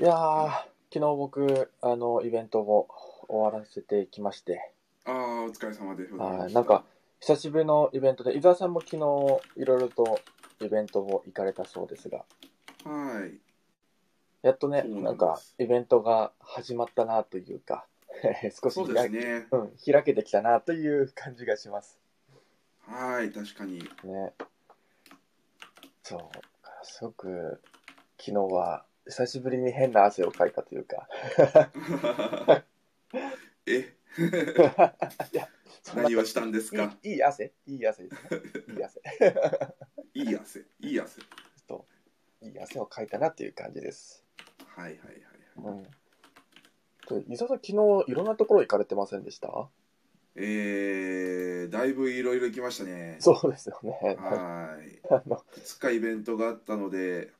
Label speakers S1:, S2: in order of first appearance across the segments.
S1: いやー、昨日僕、あの、イベントを終わらせてきまして、
S2: ああ、お疲れ様でございま
S1: はい、
S2: した
S1: なんか、、久しぶりのイベントで、伊沢さんも昨日、いろいろとイベントを行かれたそうですが、
S2: はい。
S1: やっとね、
S2: そうなんです
S1: なんか、イベントが始まったなというか、 少し
S2: そうで
S1: 開
S2: す
S1: け
S2: ね。
S1: うん、開けてきたなという感じがします。
S2: はい、確かに。
S1: ね。そうか、すごく、昨日は、久しぶりに変な汗をかいたという か、
S2: え、
S1: いや、そんな
S2: 何をしたんですか
S1: いいいい汗いい汗ですね。いい汗。
S2: いい汗、いい汗。
S1: と、いい汗をかいたなっていう感じです。
S2: はいはいはいはい。
S1: うん。と伊沢さん、昨日いろんなところ行かれてませんでした
S2: えー、だいぶいろいろ行きましたね。
S1: そうですよね。
S2: はい。
S1: あの、
S2: いつかイベントがあったので、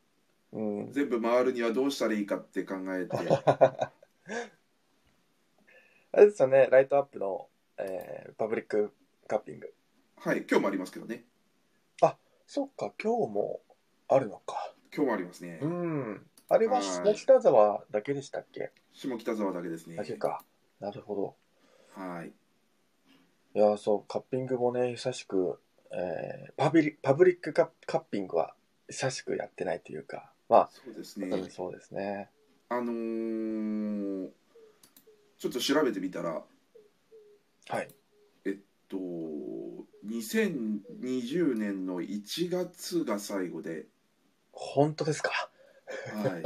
S1: うん。
S2: 全部回るにはどうしたらいいかって考えて、
S1: あれですよね、ライトアップの、えーパブリックカッピング。
S2: はい、今日もありますけどね。
S1: そっか、今日もあるのか。
S2: 今日もありますね
S1: う。ん。あれは
S2: は
S1: 下
S2: い
S1: 北沢だけでしたっけ
S2: 下北沢だけですね。
S1: だけか。なるほど。
S2: はい。
S1: いやーそうカッピングもね久しく、えーパビリパブリックカッカッピングは久しくやってないというかま
S2: そうです
S1: あ、
S2: ね。
S1: うんそうですね
S2: あのー、ちょっと調べてみたら、
S1: はい
S2: えっと、2020年の1月が最後で、
S1: 本当ですか
S2: はい、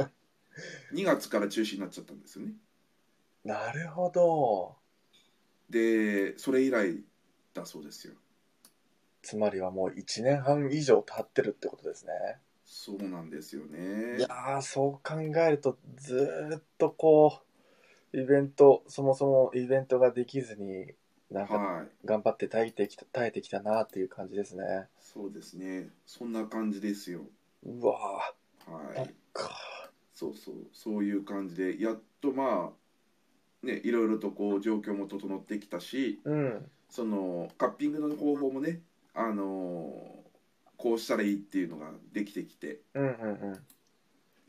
S2: 2月から中止になっちゃったんですよね。
S1: なるほど
S2: で、それ以来だそうですよ。
S1: つまりはもう1年半以上経ってるってことですね
S2: そうなんですよ
S1: い
S2: ね
S1: や。ーそう考えるとずーっとこうイベントそもそもイベントができずになんか
S2: はい、
S1: 頑張って耐えてきた耐えてきたなっていう感じですね
S2: そうですね。そんな感じですよ。
S1: うわ
S2: は
S1: ー
S2: い。
S1: か
S2: そうそうそういう感じでやっとまあねいろいろとこう状況も整ってきたし
S1: うん
S2: そのカッピングの方法もねあのこうしたらいいっていうのができてきて
S1: うんうんうん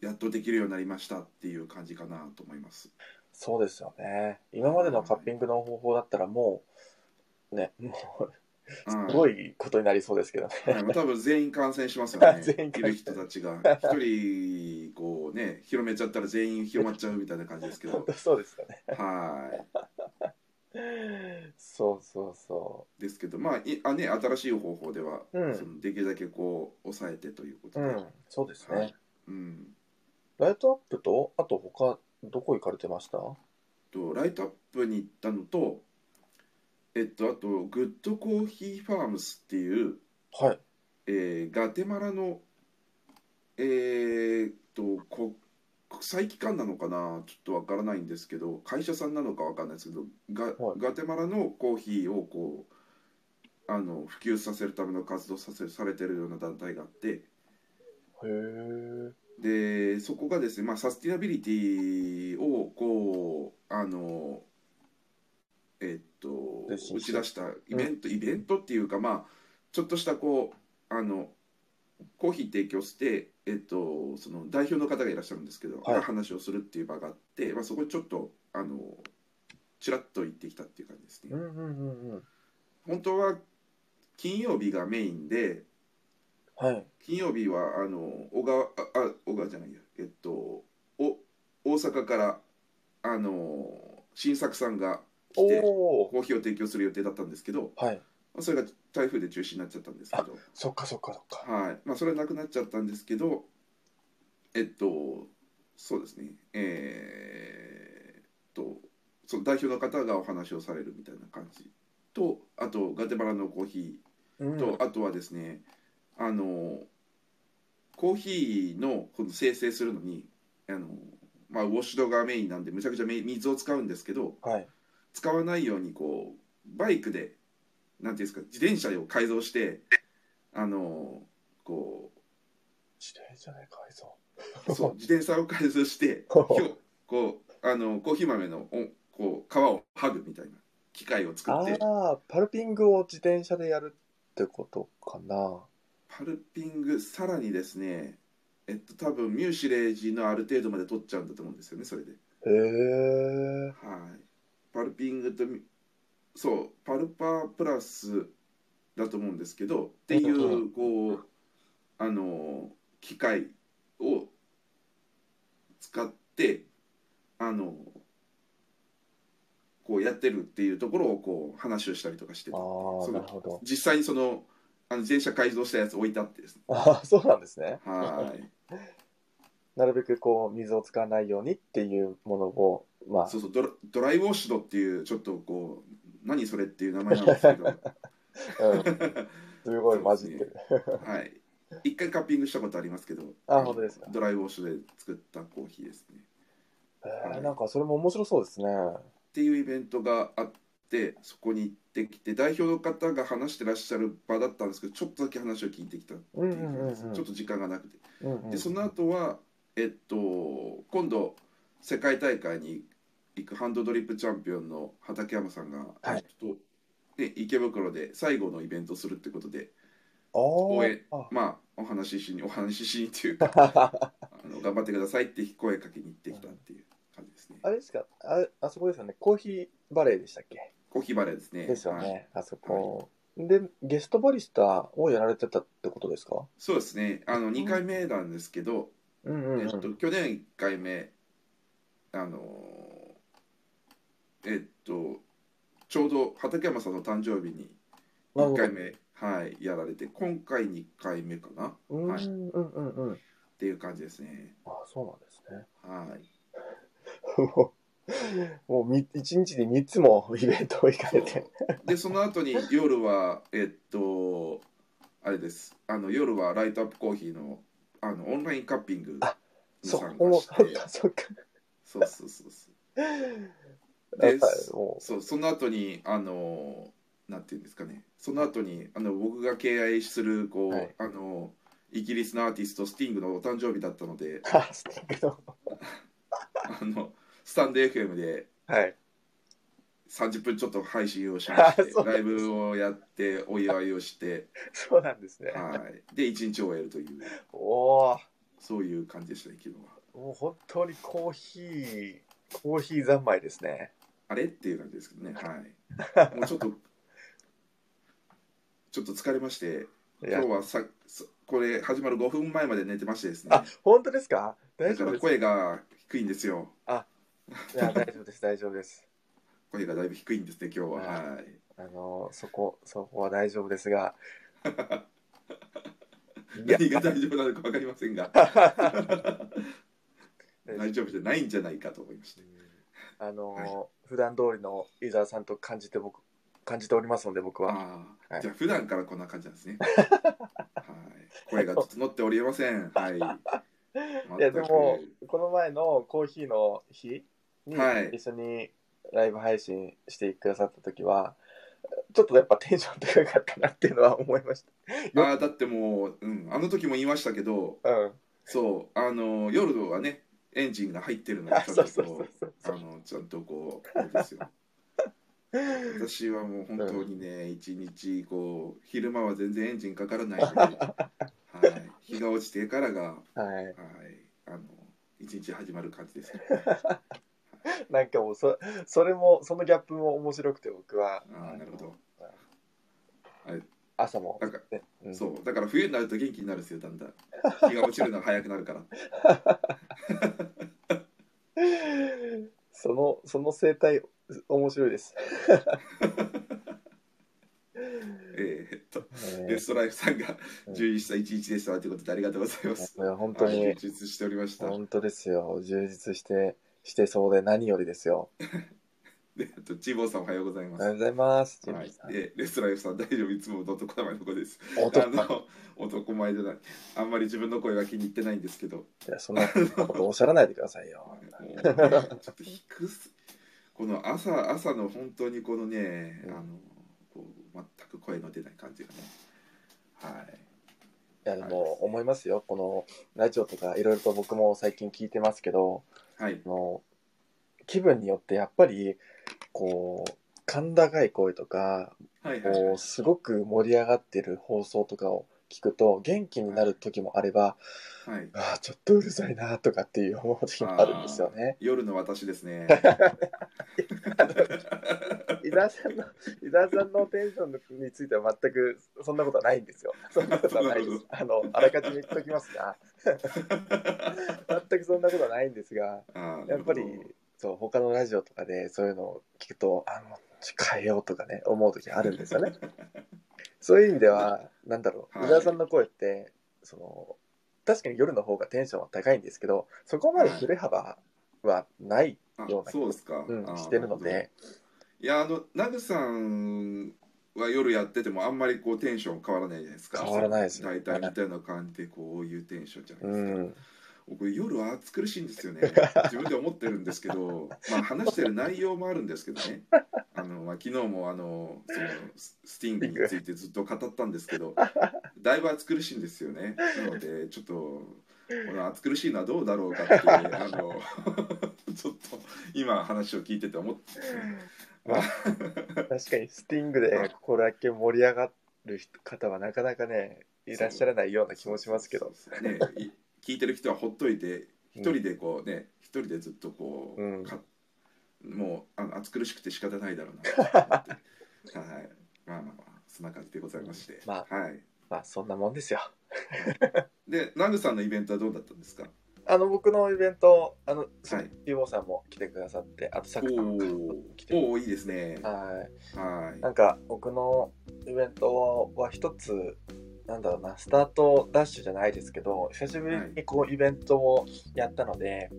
S2: やっとできるようになりましたっていう感じかなと思います
S1: そうですよね。今までのカッピングの方法だったらもう、ね、もう、
S2: は
S1: すごいことになりそうですけ どね。
S2: はい、もう多分全員感染しますよ ね
S1: 全員
S2: い
S1: 感染
S2: る人たちが一人こうね広めちゃったら全員広まっちゃうみたいな感じですけ
S1: 本
S2: ど
S1: 当そうですよね。
S2: はい
S1: そうそうそ
S2: ですけどまあいあ、ね、新しい方法では、
S1: うん
S2: そのできるだけこう抑えてということ
S1: う。う
S2: で、
S1: ん、そうですね。
S2: はいうん
S1: ライトアップと、あと他、どこ行かれてました
S2: とライトアップに行ったのとえっとあとグッドコーヒーファームスっていう、
S1: はい。
S2: えーガテマラのえーっとこ国際機関なのかなちょっとわからないんですけど会社さんなのかわかんないですけどガ,、
S1: はい
S2: ガテマラのコーヒーをこうあの普及させるための活動させされてるような団体があって
S1: へえ。
S2: でそこがですね、まあ、サスティナビリティをこうあのえっと
S1: 推進
S2: 打
S1: して
S2: ち出したイベント、イベントっていうかまあちょっとしたこうあのコーヒー提供して、えっと、その代表の方がいらっしゃるんですけど、
S1: はい
S2: 話をするっていう場があって、まあ、そこにちょっとあのちらっと行ってきたっていう感じですね。
S1: うんうんうんうん。
S2: 本当は金曜日がメインで
S1: はい。
S2: 金曜日はあの小川ああ小川じゃないやえっとお大阪からあの新作さんが来て
S1: おお。
S2: コーヒーを提供する予定だったんですけど
S1: はい。
S2: まあそれが台風で中止になっちゃったんですけど
S1: そっかそっかそっか。
S2: はいまあそれはなくなっちゃったんですけどえっとそうですねえーっとその代表の方がお話をされるみたいな感じとあとガテマラのコーヒー
S1: うん。
S2: とあとはですねあのコーヒーのこの生成するのにあの、まあ、ウォッシュドがメインなんでむちゃくちゃめ水を使うんですけど
S1: はい。
S2: 使わないようにこうバイクでなんていうんですか自転車を改造してあのこ
S1: 自転車で改造。
S2: うそう自転車を改造して
S1: ほ
S2: ひ
S1: ほ
S2: ょこうあのコーヒー豆のおこう皮を剥ぐみたいな機械を作って
S1: ああ、パルピングを自転車でやるってことかな。
S2: パルピングさらにですねえっと多分ミューシレージのある程度まで取っちゃうんだと思うんですよねそれで
S1: ええ
S2: はいパルピングとミそうパルパープラスだと思うんですけどってい
S1: うんう
S2: うこうあの機械を使ってあのこうやってるっていうところをこう話をしたりとかしてて
S1: ああ
S2: そ
S1: な
S2: の
S1: るほど
S2: 実際にそのあの自転車改造したやつ置いてあってですね
S1: ああそうなんですね
S2: はい
S1: なるべくこう水を使わないようにっていうものをまあ
S2: そうそうドラドライウォッシュドっていうちょっとこう何それっていう名前なんですけ どは
S1: うん、すごい混じってる、
S2: い一回カッピングしたことありますけど
S1: あ本当ですか
S2: ドライウォッシュで作ったコーヒーですね
S1: えーなんかそれも面白そうですね
S2: っていうイベントがあってそこに行ってきて代表の方が話してらっしゃる場だったんですけどちょっとだけ話を聞いてきたって
S1: うん
S2: いう
S1: う
S2: うん感
S1: ん
S2: じ
S1: う
S2: です
S1: ん
S2: ちょっと時間がなくて
S1: うんうん
S2: でその後はえっと今度世界大会に行くハンドドリップチャンピオンの畠山さんが、
S1: はい
S2: えっとね、池袋で最後のイベントするってことで
S1: あー
S2: 応援
S1: あ
S2: まあお話ししにお話ししにってい うかあの頑張ってくださいって声かけに行ってきたっていう感じですね。
S1: あれですかああそこですよねコーヒーバレーでしたっけ
S2: コーヒーバレーですね。
S1: ですよ
S2: はい
S1: ねあそこ、でゲストバリスタをやられてたってことですか
S2: そうですね。あの2回目なんですけど、
S1: うんうん、う
S2: え
S1: ん
S2: っと、去年1回目あのーえっとちょうど畠山さんの誕生日に
S1: なるほ
S2: 1
S1: ど
S2: 回目はいやられて今回2回目かなっ
S1: うん
S2: はい
S1: うんうんうん
S2: ていう感じですね
S1: あそうなんですね
S2: はい
S1: もう もうみ一日に3つもイベントを行か
S2: そ
S1: れ
S2: う
S1: て
S2: でその後に夜はえっとあれですあの夜はライトアップコーヒーのあのオンラインカッピングに
S1: あそ
S2: 参
S1: う
S2: 加
S1: もう
S2: し
S1: そってかそっか
S2: そうそうそうそう
S1: や
S2: で
S1: っぱりも
S2: そうその後にあのなんていうんですかねその後にあの僕が敬愛するこう、
S1: はい
S2: あのイギリスのアーティストスティングのお誕生日だったので
S1: うあスティックの
S2: あのスタンド FM で
S1: はい
S2: 30分ちょっと配信をしまし
S1: あ そうなん
S2: て
S1: です
S2: ライブをやってお祝いを して、
S1: そうなんですね
S2: はい、で一日終えるという
S1: おお
S2: そういう感じでしたね昨日は
S1: もう本当にコーヒーコーヒー三昧ですね
S2: あれっていう感じですけどねはいもうちょっとちょっと疲れまして
S1: いや
S2: 今日はささこれ始まる5分前まで寝てましてですね
S1: あ本当ですか大
S2: だ
S1: 丈夫
S2: から
S1: です
S2: 声が低いんですよ。
S1: いや大丈夫です大丈夫です
S2: 声がだいぶ低いんですね、今日は。
S1: は
S2: はい。
S1: あのそこそこは大丈夫ですがいや
S2: 何が大丈夫なのか分かりませんが、大丈夫じゃないんじゃないかと思いまして。
S1: あの、
S2: はい
S1: 普段通りの伊沢さんと感じて僕感じておりますので僕は
S2: ああ、
S1: はい
S2: じゃあ普段からこんな感じなんですね。はい。声が整っておりません。はい。
S1: いやでもこの前のコーヒーの日に
S2: はい
S1: 一緒にライブ配信してくださった時は、ちょっとやっぱテンション高かったなっていうのは思いまし
S2: 全くああ、だってもう、うん、あの時も言いましたけど、
S1: たうん
S2: そう、あの、夜はね、エンジンが入ってるのが
S1: あ
S2: ちゃん
S1: そうそ
S2: と
S1: うそう
S2: こ
S1: そう
S2: う、あの、ちゃんとこう、あれですよ。私はもう本当にね、一日こう昼間は全然エンジンかからないので、はい、日が落ちてからが、は
S1: はい
S2: い、あの一日始まる感じですね。
S1: なんかもうそそれもそのギャップも面白くて僕は
S2: ああなるほど。
S1: 朝も
S2: なんか
S1: ねうん
S2: そうだから冬になると元気になるんですよだんだん。日が落ちるのが早くなるから。
S1: そのその生態面白いです、
S2: えーっと
S1: え
S2: レストライフさんが
S1: うん
S2: 充実した一日でしたということでありがとうございます。
S1: いや本当
S2: はい
S1: に
S2: 充実しておりました。
S1: 本当ですよ充実してしてそうで何よりですよ
S2: であとチーボーさんおはようござい
S1: お
S2: ま
S1: はよう
S2: す。
S1: ございます、
S2: はい
S1: ジ、
S2: でレストライフさん大丈夫いつもの男前の子です。
S1: ムさん
S2: あ
S1: 男い
S2: の男前じゃないあんまり自分の声は気に入ってないんですけども
S1: やそんなことおっしゃらないでくださいうよ
S2: ねちょっと低すこの朝朝の本当にこのね、
S1: うん
S2: あのこう全く声の出ない感じがねはい
S1: いやでも思いますよこのラジオとかいろいろと僕も最近聞いてますけど
S2: はい
S1: あの気分によってやっぱりこう甲高い声とか
S2: はいはいはい
S1: こうすごく盛り上がってる放送とかを聞くと元気になる時もあれば、
S2: はい、
S1: ああちょっとうるさいなとかっていう思う時もあるんですよね。
S2: 夜の私で すね。
S1: 伊沢さんの伊沢さんのテンションについては全くそんなことはないんですよ。そんなことはないです。あのあらかじめ言っときますが、全くそんなことはないんですが、
S2: あー
S1: やっぱり
S2: なるほど
S1: そう他のラジオとかでそういうのを聞くとあもう変えようとかね思う時あるんです よね。そういう意味ではなんだろう
S2: は
S1: 伊
S2: い
S1: 沢さんの声ってその確かに夜の方がテンションは高いんですけどそこまで振れ幅はない、
S2: あ
S1: ような
S2: そうですか、
S1: うん
S2: あー
S1: してるので。
S2: いやあのナグさんは夜やっててもあんまりこうテンション変わらないじゃないですか
S1: 変わらないですね
S2: 大体似たような感じでこういうテンションじゃないで
S1: う
S2: すか、
S1: ん、
S2: 僕夜は暑苦しいん ですよね自分で思ってるんですけどまあ話してる内容もあるんですけどねあの、まあ、昨日もあのそのススティングについてずっと語ったんですけどだいぶ暑苦しいんですよねなのでちょっとこの暑苦しいのはどうだろうかっていうあの ちょっと今話を聞いてて思って
S1: まあ、確かにスティングでこれだけ盛り上がる方はなかなかねいらっしゃらないような気もしますけど。
S2: ね、い聞いてる人はほっといて
S1: うん
S2: 一人でこうね一人でずっとこう、
S1: うん
S2: かもうあの暑苦しくて仕方ないだ ろうなと思ってはいまあまあまあそんな感じでございまして、
S1: ま
S2: はい
S1: まあそんなもんですよ。
S2: でナグさんのイベントはどうだったんですか
S1: あの僕のイベントあの
S2: はい
S1: リボさんも来てくださってあとサ
S2: お
S1: クさんも来
S2: ー
S1: て
S2: おーいいですねは
S1: はいなんか僕のイベントは一つなんだろうなスタートダッシュじゃないですけど久しぶりにこうイベントをやったので、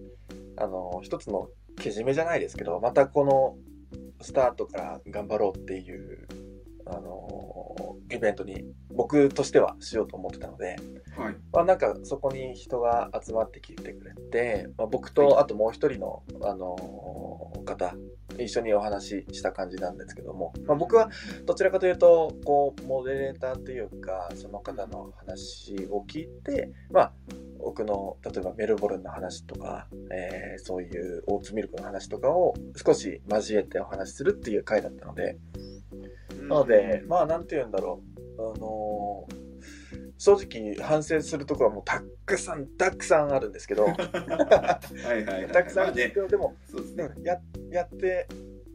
S1: あの一つのけじめじゃないですけどまたこのスタートから頑張ろうっていうあのイベントに僕としてはしようと思ってたので、
S2: はい
S1: まあ、なんかそこに人が集まってきてくれて、まあ、僕とあともう一人の、あのー方一緒にお話しした感じなんですけども、まあ、僕はどちらかというとこうモデレーターというかその方の話を聞いて、まあ、僕の例えばメルボルンの話とか、えーそういうオーツミルクの話とかを少し交えてお話しするっていう回だったので、なので、まあ、なんて言うんだろう。あのー正直反省するところはもうたっくさんたくさんあるんですけ ど
S2: あはいはいはい
S1: たくさんある
S2: まあ
S1: んです
S2: ね
S1: けど、でも
S2: そうです
S1: で
S2: ね
S1: もややって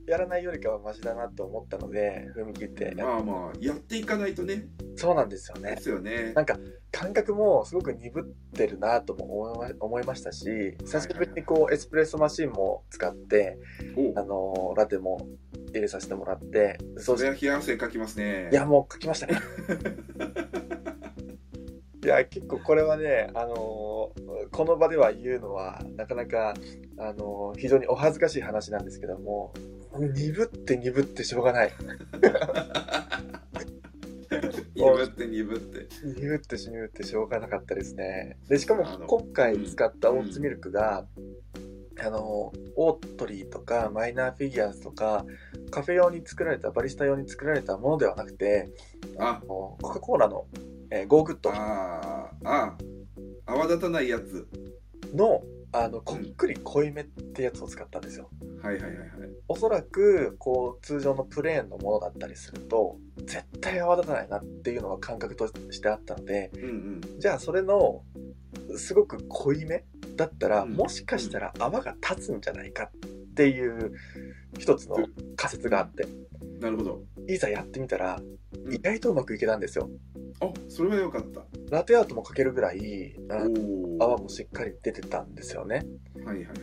S1: やらないよりかはマシだなと思ったので踏み切ってやっ
S2: まあまあやっていかないとね
S1: そうなんですよね
S2: ですよね
S1: なんか感覚もすごく鈍ってるなとも思いま思いましたし久しぶりにこうエスプレッソマシンも使って、
S2: お
S1: あのーラテも入れさせてもらってそ
S2: そう
S1: し
S2: れは冷や汗かきますね
S1: いや、もう書きましたね。いや、結構これはね、あのーこの場では言うのは、なかなか、あのー非常にお恥ずかしい話なんですけども、鈍って鈍ってしょうがない。
S2: 鈍って鈍って
S1: 鈍って鈍ってしょうがなかったですね。で、しかも
S2: あの
S1: 今回使ったオーツミルクが、あのーオートリーとかマイナーフィギュアーズとか、カフェ用に作られた、バリスタ用に作られたものではなくて、
S2: あ
S1: あのコカ・コーラの、えーゴーグッド
S2: あーあー泡立たないやつ
S1: のあのこっくり濃いめってやつを使ったんですよ。
S2: はいはいはいはい
S1: おそらくこう通常のプレーンのものだったりすると絶対泡立たないなっていうのが感覚としてあったので
S2: うんうん
S1: じゃあそれのすごく濃いめだったら、
S2: うん
S1: もしかしたら泡が立つんじゃないかっていう一つの仮説があって
S2: なるほど
S1: いざやってみたら
S2: ん
S1: 意外とうまくいけたんですよ。
S2: あそれは良かった
S1: ラテアートもかけるぐらいあの
S2: おお
S1: 泡もしっかり出てたんですよね。
S2: はいはいはいはい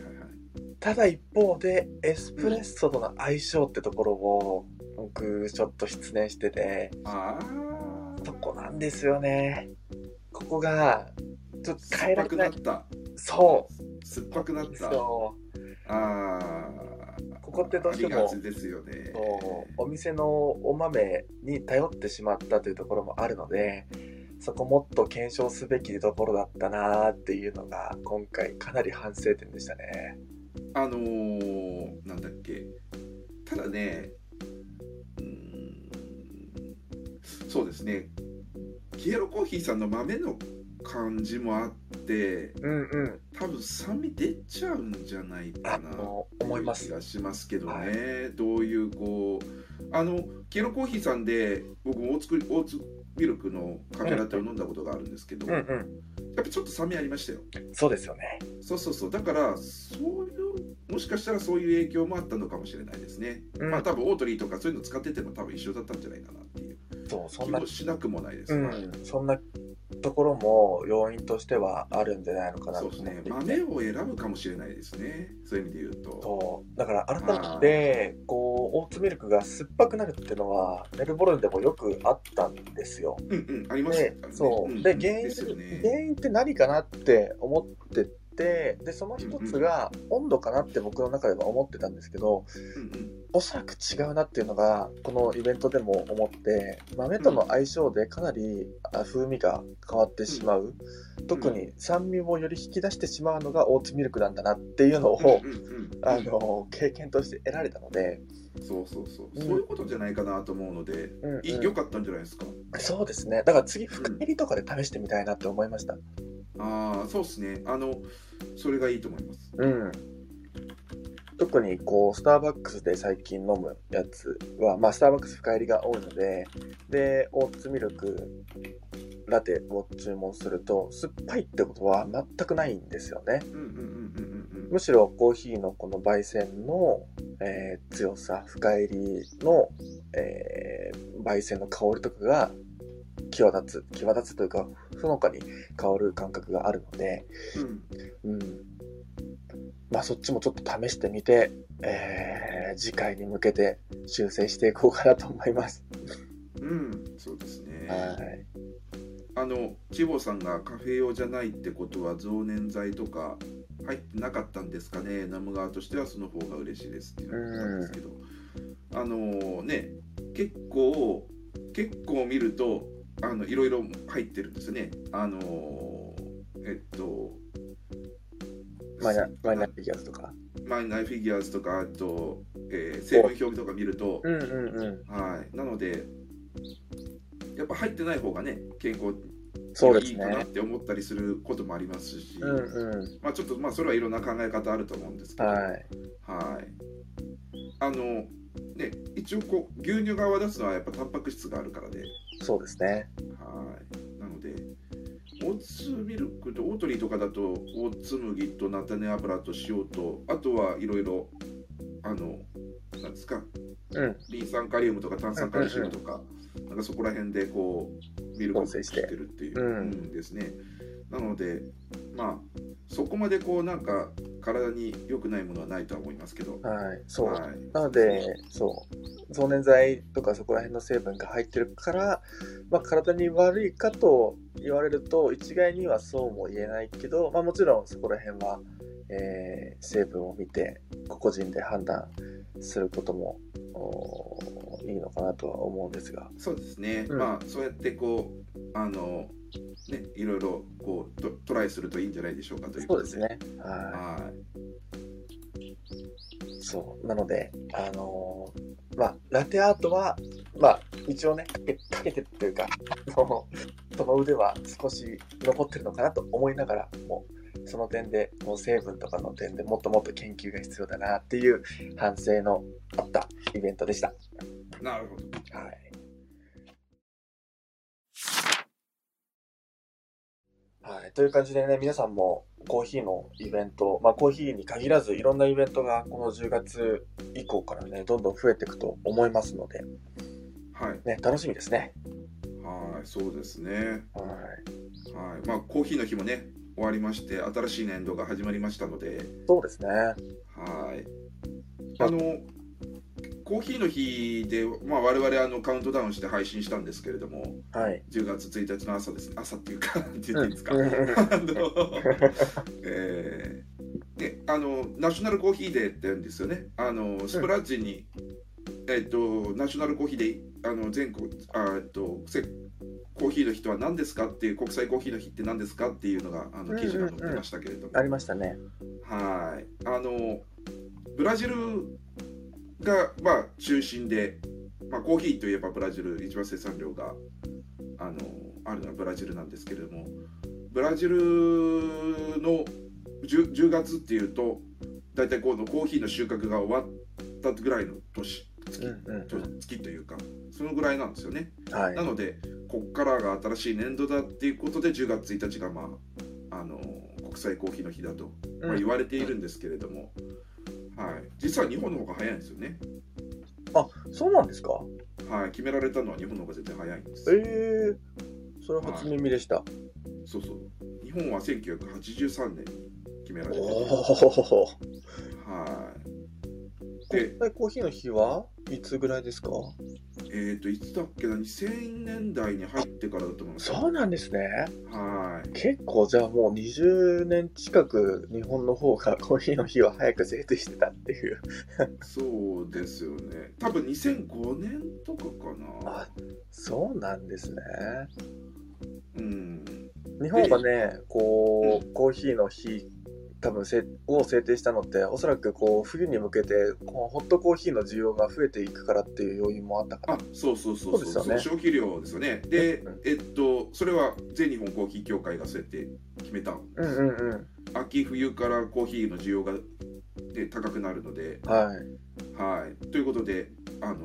S1: ただ一方でエスプレッソとの相性ってところを僕ちょっと失念してて
S2: あ
S1: そ
S2: あ
S1: こなんですよねここがちょっと変
S2: 酸
S1: え
S2: っ
S1: ら
S2: ぱ
S1: れ
S2: く
S1: な
S2: ないった
S1: そう
S2: 酸っぱくなったあ
S1: そう
S2: あー
S1: ここってどうしても
S2: ありがちですよね
S1: そうお店のお豆に頼ってしまったというところもあるのでそこもっと検証すべきところだったなーっていうのが今回かなり反省点でしたね
S2: あのー、なんだっけただねうーんそうですねキエロコーヒーさんの豆の感じもあって
S1: うんうん
S2: 多分酸味出ちゃうんじゃないか
S1: あ
S2: な
S1: の思いま
S2: 気
S1: す
S2: がしますけどね、
S1: は
S2: どういうこうあのキエロコーヒーさんで僕もオーツクオーツミルクのカフェラテを飲んだことがあるんですけど、
S1: うん
S2: やっ
S1: う
S2: ぱちょっと酸味ありましたよ
S1: ん。そうですよね。
S2: そうそうそうだからそういうもしかしたらそういう影響もあったのかもしれないですね、
S1: うん
S2: まあ多分オートリーとかそういうの使ってても多分一緒だったんじゃないかなっていう
S1: そう、そ
S2: 気
S1: んな
S2: も、しなくもないです、
S1: う
S2: はい
S1: ん、そんなところも要因としてはあるんじゃないのかなと
S2: そう
S1: 思
S2: で
S1: っ
S2: す
S1: て
S2: ね
S1: いて
S2: 豆を選ぶかもしれないですねそういう意味で言うと
S1: そうだから改めてこうオーツミルクが酸っぱくなるっていうのはメルボルンでもよくあったんですよ。
S2: うんうんあります
S1: で
S2: ね、
S1: そうで原因
S2: ですよね
S1: 原因って何かなって思っててでその一つが温度かなって僕の中では思ってたんですけど
S2: うんうん
S1: おそらく違うなっていうのがこのイベントでも思って豆との相性でかなりあ風味が変わってしまう特に酸味をより引き出してしまうのがオーツミルクなんだなっていうのを
S2: うんうんうん
S1: あの経験として得られたので。
S2: そうそうそう、
S1: うん
S2: そういうことじゃないかなと思うので、
S1: うんうん
S2: い良かったんじゃないですか
S1: そうですね。だから次、深入りとかで試してみたいなって思いました。
S2: ああそうですねあのそれがいいと思います
S1: うん。特にこう、スターバックスで最近飲むやつは、まあ、スターバックス深入りが多いので、で、オーツミルク、ラテを注文すると、酸っぱいってことは全くないんですよね。
S2: うんうんうんうんうん
S1: むしろコーヒーのこの焙煎の、えー強さ、深入りの、えー焙煎の香りとかが際立つ、際立つというか、その他に香る感覚があるので、
S2: うんうん
S1: うん。まあそっちもちょっと試してみて、えー次回に向けて修正していこうかなと思います。
S2: うん、そうですね。
S1: はい。
S2: あの、千穂さんがカフェ用じゃないってことは、増粘剤とか入ってなかったんですかね、ナム側としてはその方が嬉しいですっていうことなんですけど、あのね、結構、結構見ると、あのいろいろ入ってるんですよね。あのえっと、
S1: マイナマイナピギャスとか。
S2: マイナーフィギュアーズとか、あと、えー成分表とか見ると、
S1: うんうんう
S2: はい、なので、やっぱ入ってない方がね、健康
S1: ん。そうです
S2: いいかな
S1: ね。
S2: って思ったりすることもありますし、
S1: うんう
S2: まあちょっとまあそれはいろんな考え方あると思うんですけ
S1: ん。
S2: ど、
S1: はい。
S2: はいあのね一応こう牛乳側を出すのはやっぱタンパク質があるからで、
S1: そうですね。
S2: はいなのでオーツミルクとオートリーとかだとオーツ麦と菜種油と塩とあとはいろいろあのなんですか
S1: うん。
S2: リン酸カリウムとか炭酸カルシウムとか、なんかそこら辺でこうミルクを
S1: 合成
S2: 作
S1: し
S2: っ
S1: てて
S2: るっていう
S1: うん
S2: うんですね。なので、まあそこまでこうなんか体に良くないものはないとは思いますけど。
S1: はい。そう。
S2: はい
S1: なので、そう、増粘剤とかそこら辺の成分が入ってるから、まあ、体に悪いかと言われると、一概にはそうも言えないけど、まあ、もちろんそこら辺は、えー成分を見て、個々人で判断することもおーいいのかなとは思うんですが。
S2: そうですね。
S1: うん
S2: まあそうやってこうあのねいろいろこうトトライするといいんじゃないでしょうかという
S1: そ
S2: こ
S1: う
S2: と
S1: です。ね。はい。
S2: は
S1: そう。なので、あのーまあ、ラテアートは、まあ、一応ね、かけかけてっていうか、 あのその腕は少し残ってるのかなと思いながらも、その点で、もう成分とかの点でもっともっと研究が必要だなっていう反省のあったイベントでした。
S2: い。なるほど。
S1: はい。はい、という感じでね、皆さんもコーヒーのイベント、まあコーヒーに限らずいろんなイベントがこの10月以降からね、どんどん増えていくと思いますので、
S2: はい
S1: ね、楽しみですね。
S2: はいそうですね。
S1: はい。
S2: はいまあコーヒーの日もね終わりまして新しい年度が始まりましたので。
S1: そうですね。
S2: はい。あのコーヒーの日で、まあ、我々あのカウントダウンして配信したんですけれども
S1: はい。
S2: 10月1日の朝です朝っていうか って言ってい
S1: うん
S2: いですか、
S1: う
S2: あ
S1: んうん
S2: のえーであのナショナルコーヒーデーって言うんですよねあのスプラッジに、えっとナショナルコーヒーデーあの全国あえっとせコーヒーの日とは何ですかっていう国際コーヒーの日って何ですかっていうのがあの記事が載ってましたけれども、
S1: ありましたね。
S2: はい。あのブラジルがまあ中心で、まあコーヒーといえばブラジル一番生産量があのあるのはブラジルなんですけれども、ブラジルの 10, 10月っていうと大体このコーヒーの収穫が終わったぐらいの年
S1: うんうん
S2: と月というかそのぐらいなんですよね。
S1: うん。はい。
S2: なのでこっからが新しい年度だっていうことで10月1日が、まあ、あの国際コーヒーの日だと、まあ、言われているんですけれども、はい、実は日本の方が早いんですよね、
S1: あそうなんですか
S2: はい、決められたのは日本の方が絶対早いんです
S1: ええそれは初耳でした。
S2: そうそう日本は1983年に決められて
S1: おお。国際
S2: はいで
S1: コーヒーの日はいつぐらいですか
S2: えっ、といつだっけな2000年代に入ってからだと思います
S1: そうなんですね。
S2: はい
S1: 結構じゃあもう20年近く日本の方がコーヒーの日は早く制定してたっていう。
S2: そうですよね多分2005年とかかな
S1: あそうなんですね。
S2: うん
S1: 日本がね、こう、コーヒーの日、多分せを制定したのって、おそらくこう冬に向けてこうホットコーヒーの需要が増えていくからっていう要因もあったか
S2: あそうそうそうそう
S1: そうですよね
S2: 消費量ですよねで
S1: うん
S2: えっとそれは全日本コーヒー協会がそうやって決めた
S1: ら。うんうんうん。
S2: 秋冬からコーヒーの需要がで高くなるので
S1: はい。
S2: はいということであの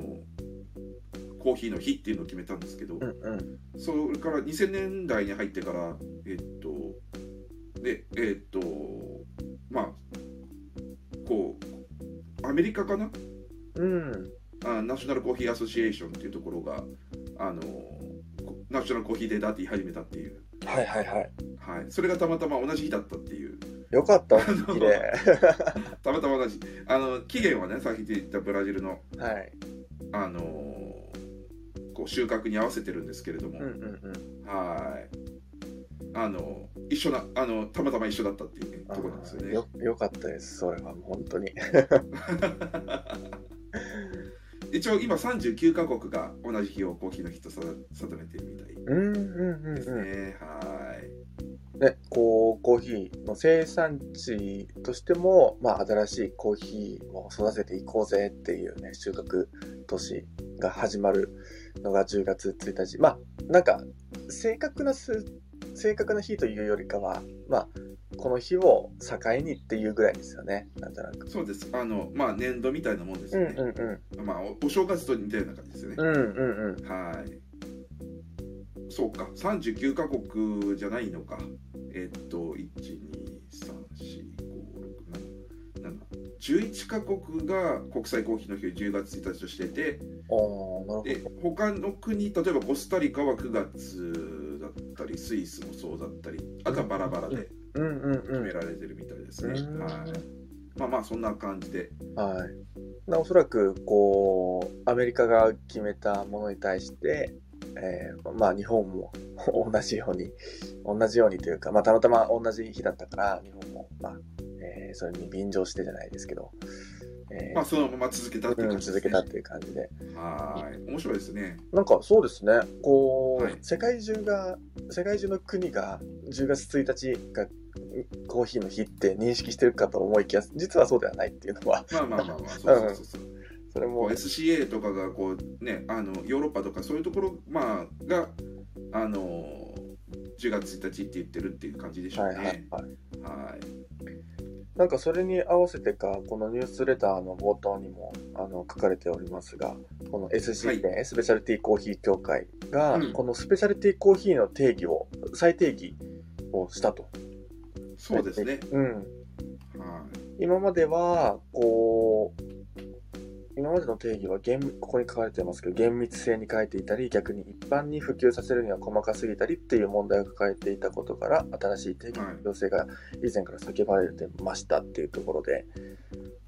S2: コーヒーの日っていうのを決めたんですけど、
S1: うんうん。
S2: それから2000年代に入ってから、えっと、で、えっと、まあ、こう、アメリカかな
S1: うん。
S2: あナショナルコーヒーアソシエーションっていうところが、あの、こナショナルコーヒーデーだって言い始めたっていう、
S1: はいはいはい。
S2: はい、それがたまたま同じ日だったっていう、
S1: よか った、綺麗。
S2: たまたま同じ、あの、期限はね、さっき言ったブラジルの、
S1: はい。
S2: あの、こう収穫に合わせてるんですけれども、
S1: うんうんうん。
S2: はい。あの一緒なあのたまたま一緒だったっていう、ね、ところなんですよね。
S1: よよかったです、それは本当に。
S2: 一応今39カ国が同じ日をコーヒーの日と定定めてるみたい
S1: うんうんうん
S2: です
S1: う
S2: ね。はい。
S1: ん。ね、こう、コーヒーの生産地としても、まあ、新しいコーヒーを育てていこうぜっていうね、収穫都市が始まるのが10月1日。まあ、なんか、正確な数、正確な日というよりかは、まあ、この日を境にっていうぐらいですよね、なんとなく。
S2: そうです。あのまあ年度みたいなもんです
S1: うん
S2: よ
S1: う
S2: ね。
S1: んうん。
S2: まあおお正月と似たような感じですよね。
S1: うんうんうん。
S2: はい。そうか。39カ国じゃないのか。えっと1 2 3 4 5 6 7 7 11カ国が国際コーヒーの日を10月1日としてて、
S1: おー、なるほど。
S2: で他の国例えばコスタリカは9月だったりスイスもそうだったりあとはバラバラで
S1: うんうんう
S2: 決
S1: ん
S2: め。られてるみたいですね、
S1: うん
S2: はいまあまあそんな感じで
S1: はい、なおそらくこうアメリカが決めたものに対して、えーまあ、日本も 同じように同じようにというか、まあ、たまたま同じ日だったから日本も、まあえーそれに便乗してじゃないですけど、えー
S2: まあそのまま続けたっていう
S1: うん
S2: 感じで
S1: 続
S2: す、
S1: け
S2: ね
S1: たっていう感じで
S2: はい面白いですね
S1: なんかそうですねこう、
S2: はい
S1: 世界中が世界中の国が10月1日がコーヒーの日って認識してるかと思いきや実はそうではないっていうのは
S2: まあまあまあまあそうそうそうそう、
S1: それ
S2: こ
S1: も
S2: う SCA とかがこうねあのヨーロッパとかそういうところまあがあの10月1日って言ってるっていう感じでしょう
S1: はい
S2: ね
S1: はいはい。
S2: はい
S1: なんかそれに合わせてか、このニュースレターの冒頭にもあの書かれておりますが、この SC
S2: はい
S1: ね、スペシャルティーコーヒー協会が、
S2: うん
S1: このスペシャルティーコーヒーの定義を、再定義をしたと。
S2: そうですね
S1: うん。
S2: はい
S1: 今までは、こう、今までの定義は厳、ここに書かれてますけど、厳密性に書いていたり、逆に一般に普及させるには細かすぎたりっていう問題を抱えていたことから、新しい定義の要請が以前から叫ばれてましたっていうところで、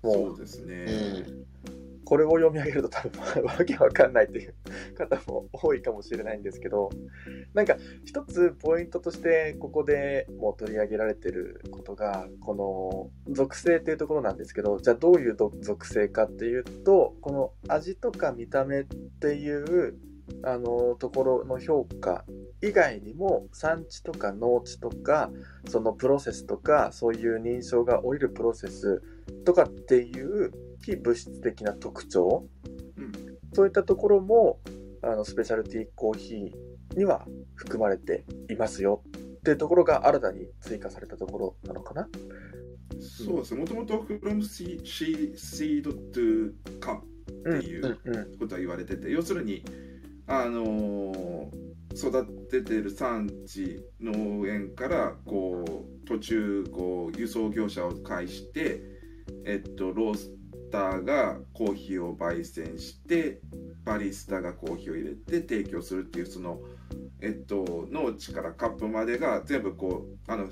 S1: もう
S2: そうですね、
S1: うんこれを読み上げると多分わけわかんないっていう方も多いかもしれないんですけどなんか一つポイントとしてここでもう取り上げられてることがこの属性っていうところなんですけどじゃあどういうど属性かっていうとこの味とか見た目っていうあのところの評価以外にも産地とか農地とかそのプロセスとかそういう認証が下りるプロセスとかっていう非物質的な特徴、
S2: うん
S1: そういったところもあのスペシャルティーコーヒーには含まれていますよっていうところが新たに追加されたところなのかな
S2: そうですね、もともと from sea- sea- seed to cup
S1: うん
S2: っていう
S1: うん
S2: ことは言われてて、要するに、あのー育ててる産地農園からこう途中こう輸送業者を介して、えっと、ロースターがコーヒーを焙煎してバリスタがコーヒーを入れて提供するっていうその、えっと、農地からカップまでが全部こうあの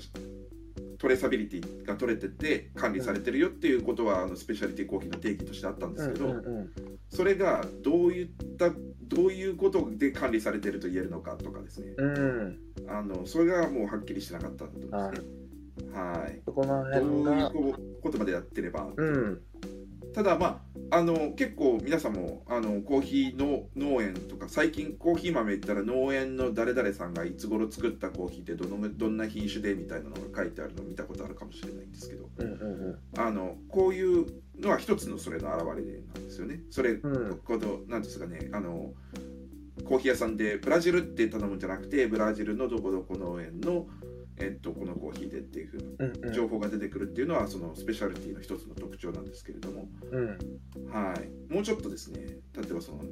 S2: トレーサビリティが取れてて管理されてるよっていうことはあのスペシャリティコーヒーの定義としてあったんですけど。
S1: うん
S2: それがどういったどういうことで管理されていると言えるのかとかですね
S1: うんうん、
S2: あのそれがもうはっきりしてなかったんだと思うんですねはい
S1: そこの
S2: ど
S1: 辺
S2: ういう
S1: が、
S2: こことまでやってれば、
S1: うん、
S2: ただまああの結構皆さんもあのコーヒーの農園とか最近コーヒー豆いったら農園の誰々さんがいつ頃作ったコーヒーってどのどんな品種でみたいなのが書いてあるのを見たことあるかもしれないんですけど
S1: うんうん
S2: あのこういうのは一つのそれの表れなんですよねそれ
S1: うんうん
S2: このなんですかねあのコーヒー屋さんでブラジルって頼むんじゃなくてブラジルのどこどこ農園の、えっと、このコーヒーでっていう風
S1: うん
S2: な情報が出てくるっていうのはそのスペシャルティの一つの特徴なんですけれども、
S1: うん
S2: はい、もうちょっとですね例えばその、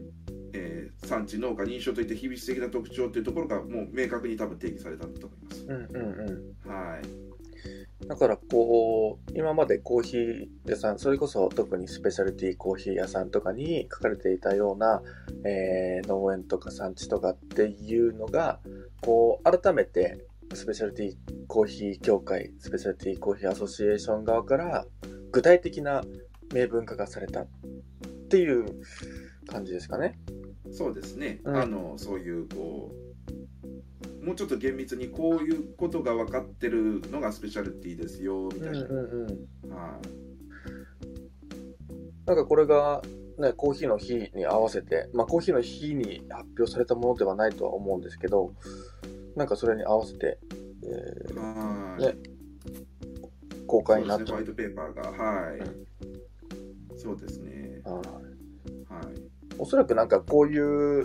S2: えー産地農家認証といった非必須的な特徴っていうところがもう明確に多分定義されたんだと思います。
S1: うんうんうん
S2: はい、
S1: だからこう今までコーヒー屋さんそれこそ特にスペシャルティーコーヒー屋さんとかに書かれていたような、えー農園とか産地とかっていうのがこう改めてスペシャルティーコーヒー協会スペシャルティーコーヒーアソシエーション側から具体的な明文化がされたっていう感じですかね。
S2: そうですね、
S1: うん
S2: あのそういうこうもうちょっと厳密にこういうことが分かってるのがスペシャルティですよみたいな、
S1: んうん
S2: はい
S1: なんかこれが、ね、コーヒーの日に合わせて、まあ、コーヒーの日に発表されたものではないとは思うんですけど、なんかそれに合わせて、え
S2: はい
S1: ねー公
S2: そう
S1: 開
S2: で
S1: に
S2: す
S1: なっ
S2: ね
S1: た。
S2: ホワイトペーパーがはい、
S1: う
S2: そうですね
S1: はい
S2: はい
S1: おそらくなんかこういう、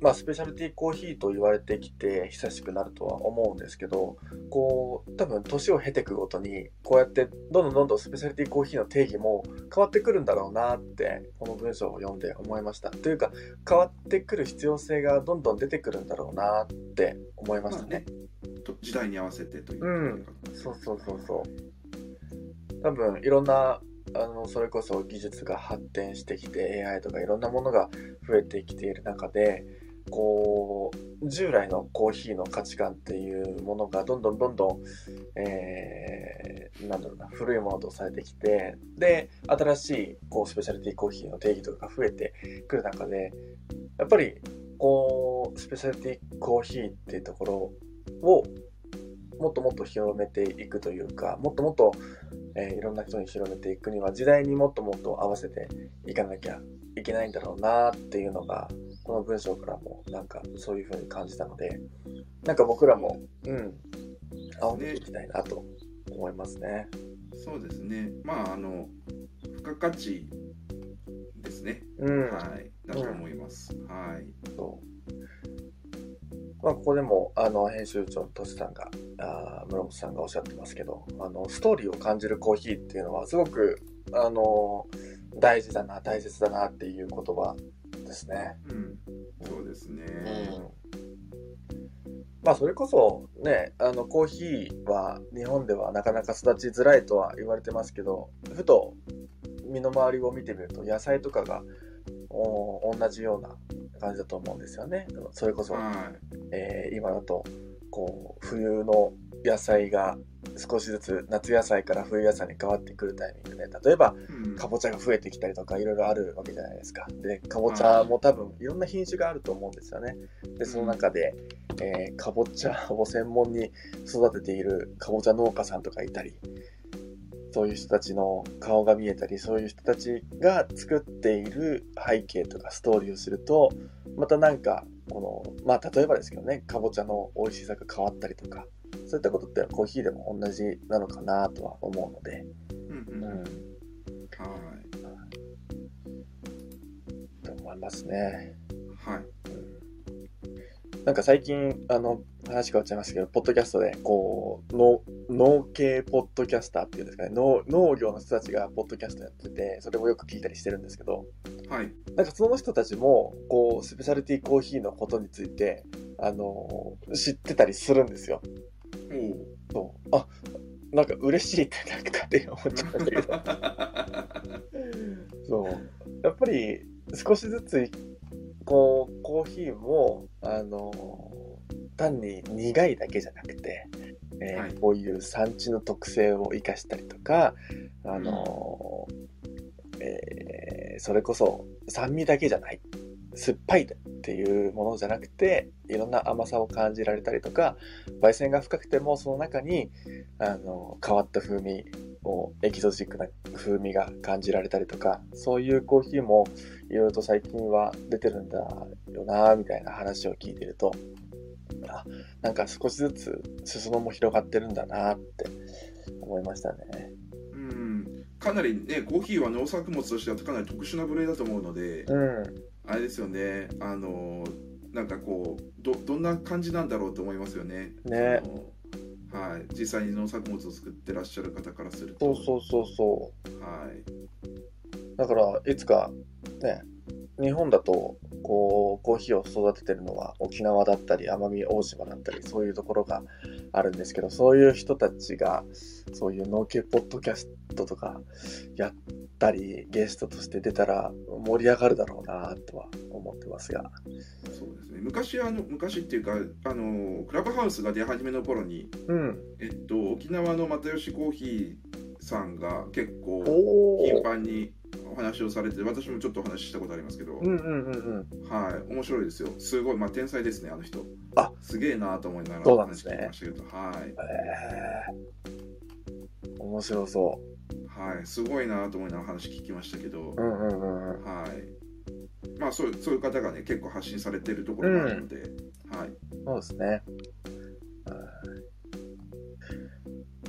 S1: まあ、スペシャルティーコーヒーと言われてきて久しくなるとは思うんですけど、こう、多分年を経ていくごとに、こうやってどんどんどんどんスペシャルティーコーヒーの定義も変わってくるんだろうなって、この文章を読んで思いました。というか、変わってくる必要性がどんどん出てくるんだろうなって思いまし
S2: まあ
S1: たね
S2: ね。と時代に合わせてという
S1: うん
S2: ところですね
S1: そうそうそうそう。多分いろんなあのそれこそ技術が発展してきて AI とかいろんなものが増えてきている中でこう従来のコーヒーの価値観っていうものがどんどんどんどん、えーなんだろうな古いものとされてきてで新しいこうスペシャルティーコーヒーの定義とかが増えてくる中でやっぱりこうスペシャルティーコーヒーっていうところをもっともっと広めていくというかもっともっと、えーいろんな人に広めていくには時代にもっともっと合わせていかなきゃいけないんだろうなっていうのがこの文章からもなんかそういうふうに感じたのでなんか僕らもうん青めていきたいなと思いますね。
S2: そうですねまああの付加価値ですね、
S1: うん、
S2: はいだと思います、はい
S1: そうまあ、ここでもあの編集長のトシさんがあー室本さんがおっしゃってますけどあのストーリーを感じるコーヒーっていうのはすごくあの大事だな大切だなっていう言葉ですね。
S2: うんそうですね、
S1: まあそれこそねあのコーヒーは日本ではなかなか育ちづらいとは言われてますけどふと身の回りを見てみると野菜とかがお同じような感じだと思うんですよね。それこそ
S2: はい
S1: えー今だとこう冬の野菜が少しずつ夏野菜から冬野菜に変わってくるタイミングで例えば
S2: うん
S1: かぼちゃが増えてきたりとかいろいろあるわけじゃないですかでかぼちゃも多分いろんな品種があると思うんですよねでその中で、えーかぼちゃを専門に育てているかぼちゃ農家さんとかいたりそういう人たちの顔が見えたりそういう人たちが作っている背景とかストーリーを知るとまたなんかこのまあ例えばですけどねかぼちゃの美味しさが変わったりとかそういったことってコーヒーでも同じなのかなとは思うので、
S2: うんうんはい
S1: と思いますね。
S2: はい
S1: なんか最近あの話変わっちゃいますけどポッドキャストでこう農農系ポッドキャスターっていうんですかね農農業の人たちがポッドキャストやっててそれもよく聞いたりしてるんですけど
S2: はい
S1: なんかその人たちもこうスペシャルティーコーヒーのことについてあのー知ってたりするんですよ。
S2: おう
S1: そうあなんか嬉しいってなんかって思っ ちゃったけどそうやっぱり少しずつこうコーヒーもあの単に苦いだけじゃなくて、えー
S2: はい
S1: こういう産地の特性を生かしたりとかあの、えーそれこそ酸味だけじゃない酸っぱいっていうものじゃなくていろんな甘さを感じられたりとか焙煎が深くてもその中にあの変わった風味をエキゾチックな風味が感じられたりとかそういうコーヒーもいろいろと最近は出てるんだよなみたいな話を聞いてるとあなんか少しずつ裾野も広がってるんだなって思いましたね。
S2: うんかなりねコーヒーは農作物としてはかなり特殊な部類だと思うので、
S1: うん
S2: あれですよねあのなんかこうどどんな感じなんだろうと思いますよね。
S1: ね
S2: そのはい、実際に農作物を作ってらっしゃる方からする
S1: そ
S2: と
S1: うそうそうそ
S2: はい、
S1: う。だから、いつか、ね、日本だと、こう、コーヒーを育ててるのは沖縄だったり、奄美大島だったり、そういうところがあるんですけど、そういう人たちが、そういう農系ポッドキャストとかやったり、ゲストとして出たら盛り上がるだろうなとは思ってますが。
S2: そうですね昔あの昔っていうかあのクラブハウスが出始めの頃に、
S1: うん。
S2: えっと、沖縄の又吉コーヒーさんが結構
S1: お
S2: 頻
S1: ー。
S2: 繁にお話をされて私もちょっとお話ししたことありますけど、
S1: うんうんうんうん。
S2: はい面白いですよすごい、まあ、天才ですねあの人
S1: あ
S2: すげえなと思いながら
S1: そうなんですね
S2: 話聞きましたけどはい
S1: えー。面白そ
S2: はい、すごいなと思いながら話聞きましたけど、
S1: う。うんうんうんうん。
S2: はい。まあそうそういう方がね結構発信されてるところがあるので、はい。
S1: そうですね。はい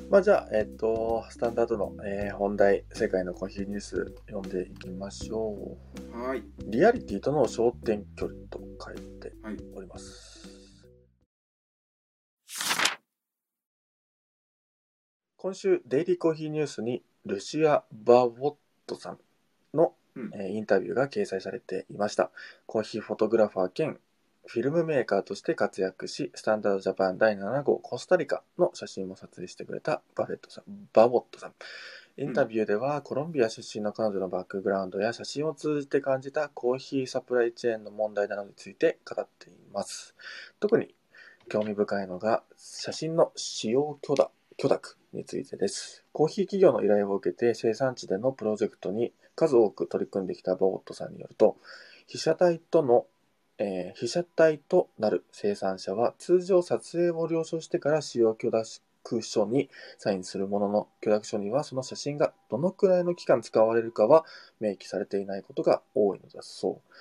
S1: まあじゃあ、えっと、スタンダードの、えー本題、世界のコーヒーニュース読んでいきましょう。
S2: はい。
S1: リアリティとの焦点距離と書いて
S2: はい
S1: おります。今週、デイリーコーヒーニュースに、ルシア・バーウォットさんの、
S2: うん
S1: えーインタビューが掲載されていました。コーヒーフォトグラファー兼フィルムメーカーとして活躍し、スタンダードジャパン第7号コスタリカの写真も撮影してくれたバフェットさん、バボットさん。インタビューでは、コロンビア出身の彼女のバックグラウンドや写真を通じて感じたコーヒーサプライチェーンの問題などについて語っています。特に興味深いのが、写真の使用許諾許諾についてです。コーヒー企業の依頼を受けて生産地でのプロジェクトに数多く取り組んできたバボットさんによると、被写体とのえー被写体となる生産者は通常撮影を了承してから使用許諾書にサインするものの許諾書にはその写真がどのくらいの期間使われるかは明記されていないことが多いのだそう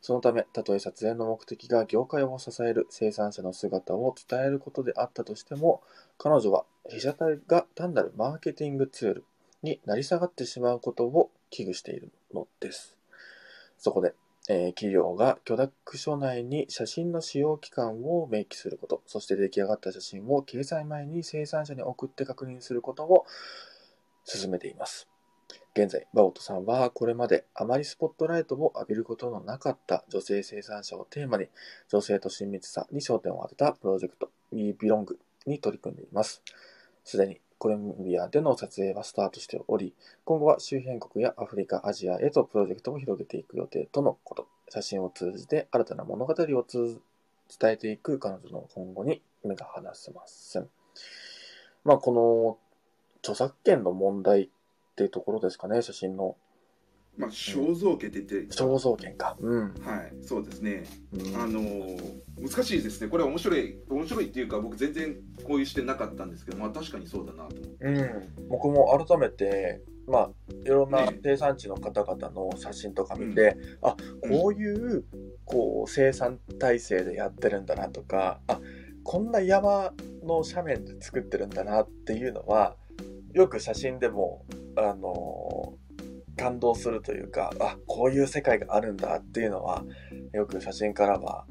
S1: そのためたとえ撮影の目的が業界を支える生産者の姿を伝えることであったとしても彼女は被写体が単なるマーケティングツールに成り下がってしまうことを危惧しているのですそこでえー企業が許諾書内に写真の使用期間を明記すること、そして出来上がった写真を掲載前に生産者に送って確認することを進めています。現在、バオトさんはこれまであまりスポットライトを浴びることのなかった女性生産者をテーマに、女性と親密さに焦点を当てたプロジェクト We Belong に取り組んでいます。すでにコロンビアでの撮影はスタートしており、今後は周辺国やアフリカ、アジアへとプロジェクトを広げていく予定とのこと。写真を通じて新たな物語を通伝えていく彼女の今後に目が離せません。まあ、この著作権の問題っていうところですかね、写真の
S2: まあ肖像権って言って、
S1: 肖像権か。うん。
S2: はい、そうですね。
S1: うん
S2: あのー難しいですね。これは面白い面白いっていうか僕全然こういう視点なかったんですけど、まあ確かにそうだなと思って。
S1: うん、僕も改めて、まあ、いろんな
S2: ね
S1: 生産地の方々の写真とか見て、あこういうこう生産体制でやってるんだなとかあこんな山の斜面で作ってるんだなっていうのはよく写真でも、あのー感動するというかあこういう世界があるんだっていうのはよく写真からは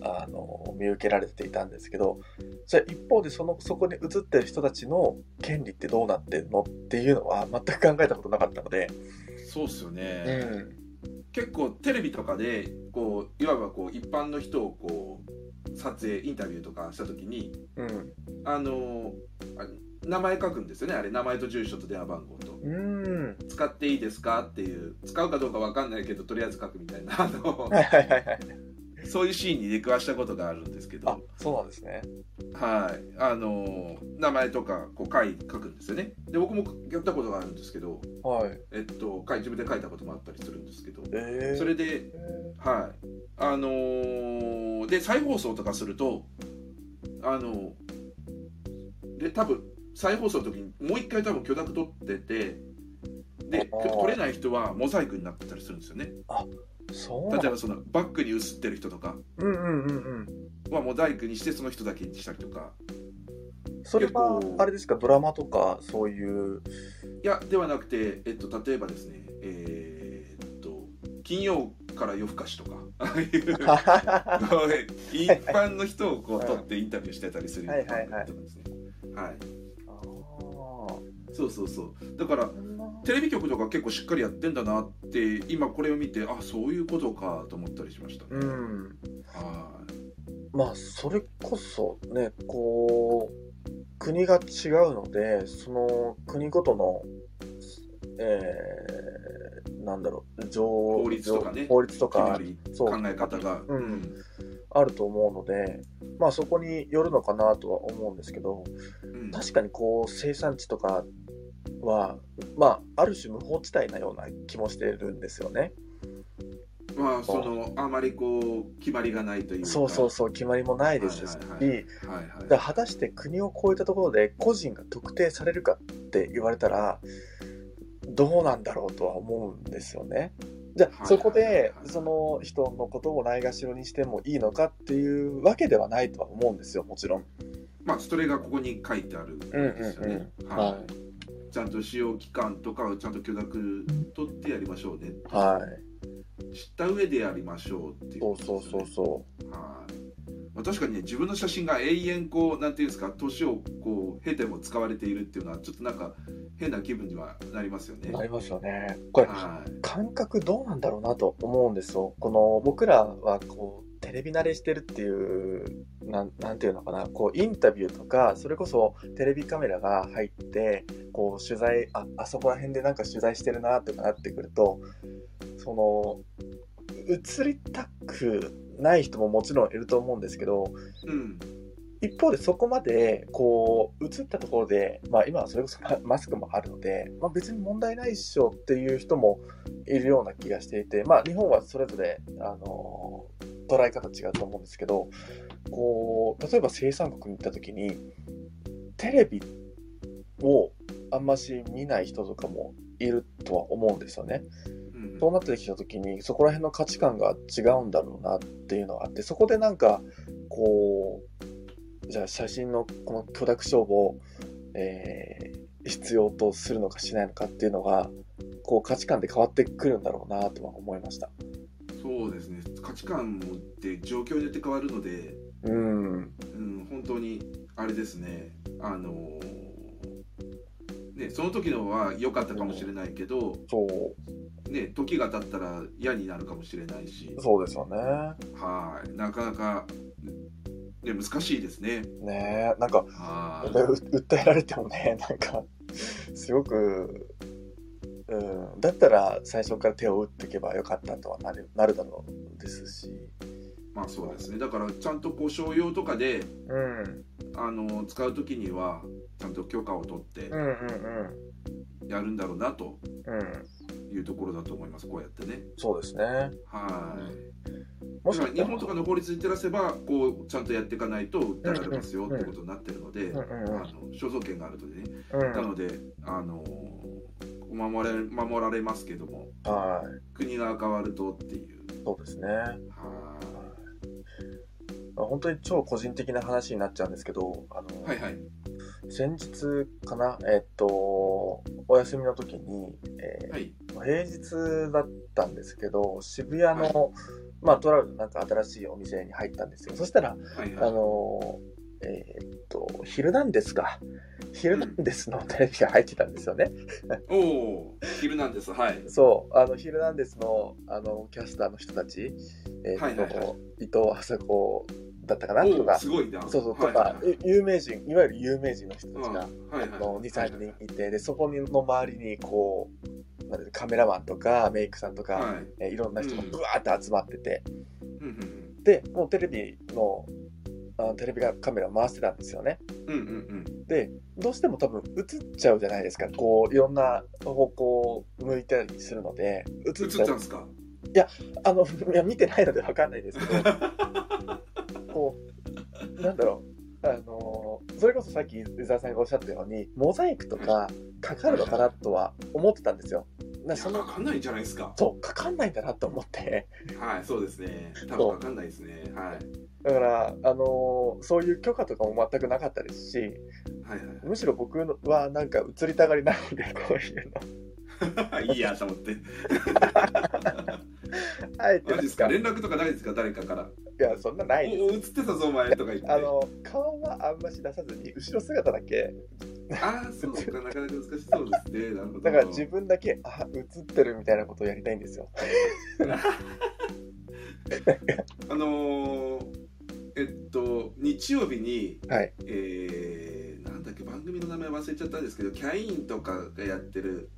S1: あの見受けられていたんですけどじゃあ一方でそのそこに写ってる人たちの権利ってどうなってるのっていうのは全く考えたことなかったので、
S2: そうですよね
S1: ん、
S2: 結構テレビとかでこういわばこう一般の人をこう撮影インタビューとかした時に
S1: うん。
S2: あのあ名前書くんですよねあれ名前と住所と電話番号と
S1: うん。
S2: 使っていいですかっていう使うかどうかわかんないけどとりあえず書くみたいな あの
S1: はいはいはいはい。
S2: そういうシーンに出くわしたことがあるんですけど
S1: あ、そうなんですね。
S2: はい、あの名前とかこう書い書くんですよねで僕もやったことがあるんですけど、
S1: はい。
S2: えっと、書い自分で書いたこともあったりするんですけど
S1: ええ。
S2: それではいあのーで再放送とかするとあので多分再放送の時にもう一回多分許諾取っててで
S1: あー
S2: 取れない人はモザイクになってたりするんですよね
S1: そうなん
S2: 例えばそのバックに映ってる人とか
S1: うんうんうんうん。
S2: はモザイクにしてその人だけにしたりとか
S1: それは
S2: 結構
S1: あれですか、ドラマとかそういう。
S2: いやではなくて、えっと、例えばですねえーっと金曜から夜更かし とかああいう
S1: は
S2: こう一般の人をこう撮ってインタビューしてたりする
S1: はいはいはい
S2: とかですねはい
S1: い。
S2: そうそうそうだからテレビ局とか結構しっかりやってんだなって今これを見てあそういうことかと思ったりしました
S1: う
S2: ね、
S1: ん。
S2: は
S1: まあそれこそねこう国が違うのでその国ごとのえー、なんだろう条
S2: 法律とかね
S1: 法律と
S2: い決ま
S1: か
S2: り
S1: そう
S2: 考え方が
S1: うんあると思うのでまあそこによるのかなとは思うんですけど
S2: うん
S1: 確かにこう生産地とかはまあある種無法地帯なような気もしてるんですよね。
S2: まあそのあまりこう決まりがないというか
S1: そうそうそう決まりもないですし、
S2: はいはいははい
S1: だか
S2: は
S1: ら果たして国を超えたところで個人が特定されるかって言われたらどうなんだろうとは思うんですよね。じゃあ
S2: はい
S1: そこで
S2: はい
S1: その人のことをないがしろにしてもいいのかっていうわけではないとは思うんですよもちろん。
S2: いまあそれがここに書いてあるんですよね、
S1: うんうんうん
S2: はい
S1: は
S2: ちゃんと使用期間とかをちゃんと許諾取ってやりましょうねと
S1: はい。
S2: 知った上でやりましょうって
S1: そ
S2: いうこ
S1: う
S2: と
S1: そう
S2: ですよね
S1: そうそ
S2: はいまあ、確かにね自分の写真が永遠こうなんていうんですか年をこう経ても使われているっていうのはちょっとなんか変な気分にはなりますよ
S1: う。
S2: ね。
S1: なりますよね。これ
S2: はい
S1: 感覚どうなんだろうなと思うんですよ。この僕らはこうテレビ慣れしてるっていうなんなんていうのかなこうインタビューとかそれこそテレビカメラが入ってこう取材ああそこら辺でなんか取材してるなとかなってくるとその映りたくない人ももちろんいると思うんですけど
S2: うん
S1: 一方でそこまでこう映ったところで、まあ、今はそれこそママスクもあるので、まあ、別に問題ないっしょっていう人もいるような気がしていて、まあ、日本はそれぞれ、あの捉え方違うと思うんですけどこう例えば生産国に行った時にテレビをあんまし見ない人とかもいるとは思うんですよね。
S2: うん
S1: そうなってきた時にそこら辺の価値観が違うんだろうなっていうのがあってそこでなんかこうじゃあ写真のこの許諾勝負を、えー必要とするのかしないのかっていうのがこう価値観で変わってくるんだろうなとは思いました。
S2: そうですね価値観もって状況によって変わるので、
S1: うん
S2: うん、本当にあれですねあのーねその時のは良かったかもしれないけど、
S1: そう
S2: ね、時が経ったら嫌になるかもしれないし
S1: そうですよね。
S2: はいなかなか、ね、難しいですね。
S1: ねえなんか
S2: は
S1: う
S2: い
S1: 訴えられてもねなんかすごく、うん、だったら最初から手を打っていけばよかったとはなるなるだろうですし、
S2: まあそうですねだからちゃんとこう商用とかで
S1: うん、うん
S2: あの使う時にはちゃんと許可を取って
S1: うんうん
S2: やるんだろうなと
S1: うん
S2: いうところだと思いますこうやってね
S1: そうですね
S2: はい
S1: も
S2: だから日本と
S1: か
S2: かの法律に照らせばこうちゃんとやっていかないと訴えられますよってことになってるので、
S1: うんうん
S2: あ
S1: うん
S2: の肖像権があるとね
S1: うん
S2: なのであの守られ守られますけども
S1: はい
S2: 国が変わるとっていう
S1: そうですね
S2: は
S1: 本当に超個人的な話になっちゃうんですけどあの、
S2: いはいはい
S1: 先日かなえっとお休みの時に、えー
S2: はい
S1: 平日だったんですけど渋谷の、まあとあるなんか新しいお店に入ったんですよそしたら
S2: はい
S1: あ
S2: はい
S1: のえーっと「ヒルナンデス」か「ヒルナンデス」のテレビが入ってたんですよね、
S2: おおー昼なんですはい
S1: そうあの「ヒルナンデスの」あのキャスターの人たち、えーっと
S2: はいはいはい
S1: 伊藤麻子だったかなと
S2: お
S1: か、
S2: すごいな。
S1: そうそう、と
S2: はいはい
S1: か
S2: は、い
S1: え有名人、いわゆる有名人の人たちが、
S2: うんはいはい
S1: あの2、3
S2: はい
S1: 人いて、で、そこの周りに、こう、なんていうのカメラマンとか、メイクさんとか、
S2: はい
S1: えいろんな人が
S2: うん
S1: ブワーって集まってて、
S2: うん
S1: で、もうテレビの、あテレビがカメラを回してたんですよね。
S2: うんうんうん
S1: で、どうしても多分映っちゃうじゃないですか。こう、いろんな方向を向いたりするので、映っ
S2: 映っ
S1: ちゃ
S2: た。
S1: うん
S2: すか
S1: あの、いや、見てないのでわかんないですけど、 こう、なんだろう、あのーそれこそさっき伊沢さんがおっしゃったように、モザイクとかかかるのかなとは思ってたんですよ。ない
S2: や
S1: その
S2: わかんないんじゃないですか
S1: そう、かかんないんだなと思って、
S2: はいそうですね多分わかんないですねはい
S1: だから、あのーそういう許可とかも全くなかったですし、
S2: はいはい
S1: むしろ僕はなんか映りたがりなので、こういうの、
S2: いいやと思って。
S1: あえて
S2: マ
S1: なん
S2: ジですか
S1: か、い
S2: 連絡とかないですか誰かから。
S1: や、そんなないです。
S2: お映ってたぞお前とか言って。
S1: あの顔はあんまし出さずに後ろ姿だけ
S2: あーそうかなかなか難しそうですね。なるほど。
S1: だから自分だけあ映ってるみたいなことをやりたいんですよ。
S2: あのーえっと日曜日に、
S1: はい
S2: えーなんだっけ番組の名前忘れちゃったんですけどキャインとかがやってる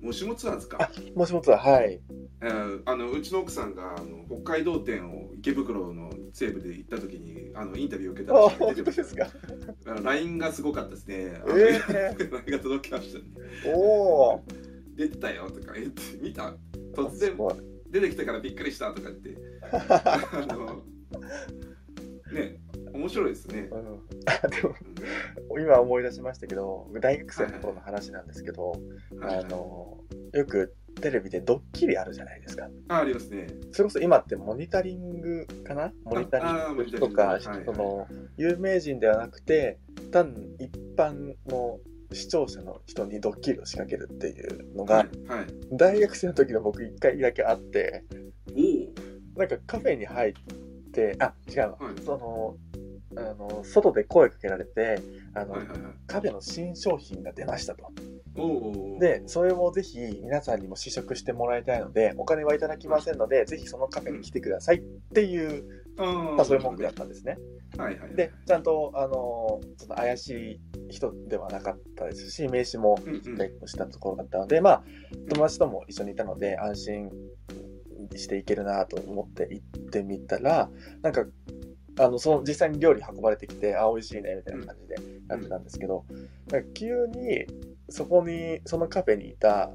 S2: もしもツアーズか。
S1: もしもつははい
S2: えーあのうちの奥さんがあの北海道店を池袋の西部で行った時にあのインタビューを受けた
S1: あ
S2: ら
S1: 本
S2: 出て
S1: 当
S2: ました
S1: ですか。
S2: あの LINE がすごかったですね。あの
S1: え
S2: LINE が届きましたね。
S1: えおお。
S2: 出てたよとか言って見た突
S1: す
S2: 然
S1: ごい
S2: 出てきたからびっくりしたとか言ってあのね面白いですね
S1: う。ん、あでも今思い出しましたけど大学生の頃の話なんですけど、
S2: うんはい
S1: あのよくテレビでドッキリあるじゃないですか
S2: あありますね。
S1: それこそ今ってモニタリングかなモニタリングと
S2: あ
S1: か
S2: あモニタリング
S1: その有名人ではなくて単に一般の視聴者の人にドッキリを仕掛けるっていうの
S2: は
S1: が
S2: いはい。
S1: 大学生の時の僕一回だけあって
S2: お
S1: なんかカフェに入って、あ、違うわ、
S2: はい
S1: その、あの、外で声かけられて、あの、
S2: おはいはいはい。
S1: カフェの新商品が出ましたと。
S2: おお。
S1: で、それをぜひ皆さんにも試食してもらいたいので、お金はいただきませんので、ぜひそのカフェに来てくださいっていう
S2: あ
S1: 誘い文句だったんですね。
S2: す。はいはいはい。
S1: で、ちゃんと、あの、その怪しい人ではなかったですし、名刺も
S2: うんうん。
S1: 対応したところだったので、まあ、友達とも一緒にいたので、安心していけるなと思って行ってみたら、なんか、あの、その実際に料理運ばれてきて、あ、美味しいね、みたいな感じでやってたんですけど、なんか急に、そこに、そのカフェにいた、あ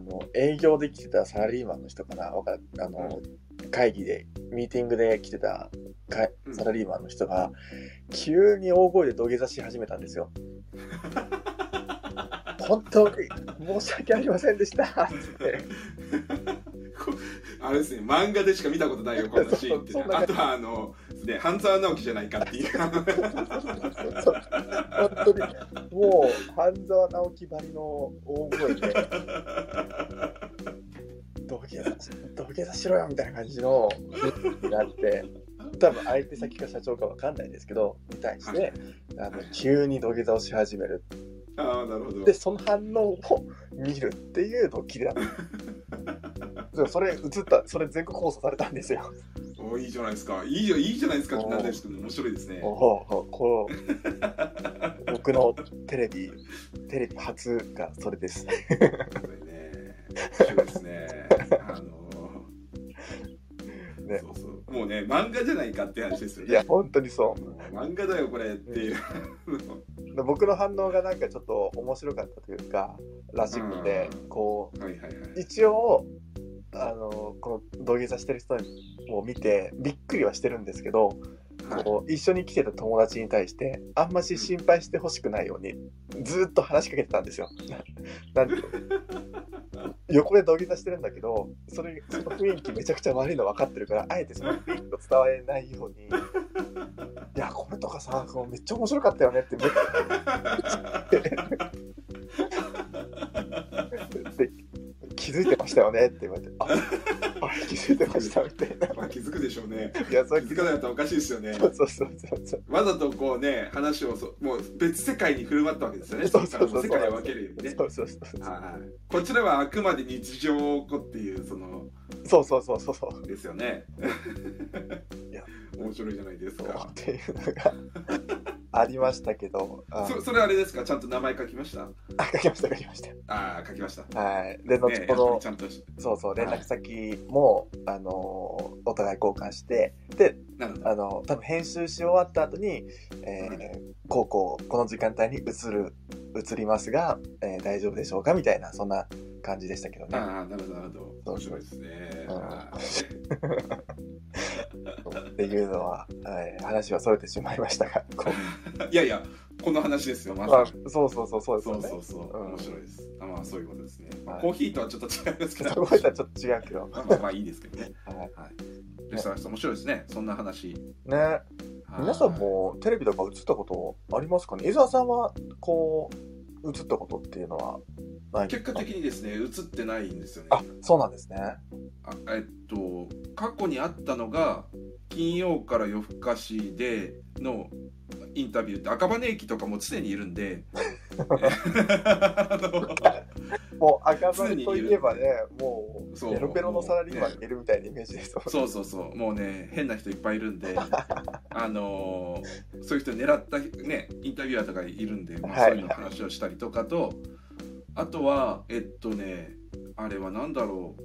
S1: の、営業で来てたサラリーマンの人かな、わかあの、会議で、ミーティングで来てたか
S2: うん
S1: サラリーマンの人が、急に大声で土下座し始めたんですよ。本当に申し訳ありませんでしたって
S2: こあれですね漫画でしか見たことないよこんなシーンってね
S1: そうそう
S2: あとはあのね半沢直樹じゃないかっ ていう
S1: そう 本当にもう半沢直樹ばりの大声で土下座し土下座しろよみたいな感じのがあって多分相手先か社長かわかんないですけどに対してあの急に土下座をし始める
S2: ああなるほど
S1: でその反応を見るっていうドッキリだったでもそれ映ったそれ全国放送されたんですよ
S2: おいいじゃないですかいいじゃいいじゃないですかってなんですけど面白いですね
S1: おほうほうこう僕のテレビテレビ初がそれです
S2: これね、面白いですね。あのー
S1: ね
S2: そうそう。もうね、漫画じゃないかって話ですよ
S1: いや
S2: ね。
S1: 本当にそ
S2: もう漫画だよこれっていう。
S1: う僕の反応がなんかちょっと面白かったというからしくて
S2: うん
S1: こ
S2: はいはいは
S1: う
S2: い。
S1: 一応あのこの土下座してる人を見てびっくりはしてるんですけど、
S2: はい、
S1: こう一緒に来てた友達に対してあんまし心配してほしくないようにずーっと話しかけてたんですよ。 ななんて横で土下座してるんだけどそれその雰囲気めちゃくちゃ悪いの分かってるからあえてその雰囲気を伝われないように「いやこれとかさこうめっちゃ面白かったよね」ってめっって気づいてましたよねって言われて「ああれ気づいてました」みた いな
S2: まあ気づくでしょうね。
S1: 「いやそれ
S2: 気づかなかったらおかしいですよね。
S1: そうそうそうそうそう
S2: わざとこうね、話をそうもう別世界に振る舞ったわけですよね。
S1: そうそうそう
S2: こっからも世界を分けるようにね。
S1: そうそうそうそう
S2: はいこちらはあくまで日常をっていうその
S1: そうそうそうそうそう
S2: ですよね。
S1: いや
S2: 面白いじゃないです
S1: そう
S2: か
S1: っていうの がありましたけど、あ
S2: そそれあれですかちゃんと名前書きました
S1: あ書きました書きまし
S2: ああ書きました
S1: た。はい。で後
S2: ね
S1: ほど、
S2: ちゃんとし
S1: そうそう連絡先も、あのお互い交換してで
S2: なるほど
S1: あの多分編集し終わった後に、え
S2: は
S1: ー、こうこうこの時間帯に移る移りますが、えー大丈夫でしょうかみたいなそんな感じでしたけどね。
S2: ああなるほどなるほど
S1: そう
S2: 面白いですね
S1: うん
S2: あ
S1: っていうのは、はい、話はそれてしまいましたが、こう
S2: ー いやいやこの話ですよま
S1: ま
S2: さ
S1: あ
S2: に、
S1: そうそうそうそうです
S2: そ
S1: よ
S2: う
S1: ね
S2: そ。うそう、
S1: うん
S2: 面白いです。あまあそういうことですね。まあ、
S1: はい
S2: コーヒーとはちょっと違いますけど、
S1: そこはちょっと違うけど、
S2: まあまあまあいいですけどね。
S1: はい
S2: はい。レストランさん面白いですね。そんな話。
S1: ね、
S2: はい
S1: 皆さんもテレビとか映ったことありますかね伊沢さんはこう映ったことっていうのはない
S2: 結果的にですね映ってないんですよね。
S1: あそうなんですね
S2: あえっと過去にあったのが金曜から夜更かしでのインタビューって赤羽駅とかも常にいるんで。 あの
S1: もう赤羽といえばねもう
S2: そう
S1: ペロペロのサラリーマンがいるみたいなイメージです
S2: そうそうそうもうね変な人いっぱいいるんであのーそういう人狙ったねインタビュアーとかいるんで、まあ
S1: はい
S2: そういうの話をしたりとかとあとはえっとねあれは何だろう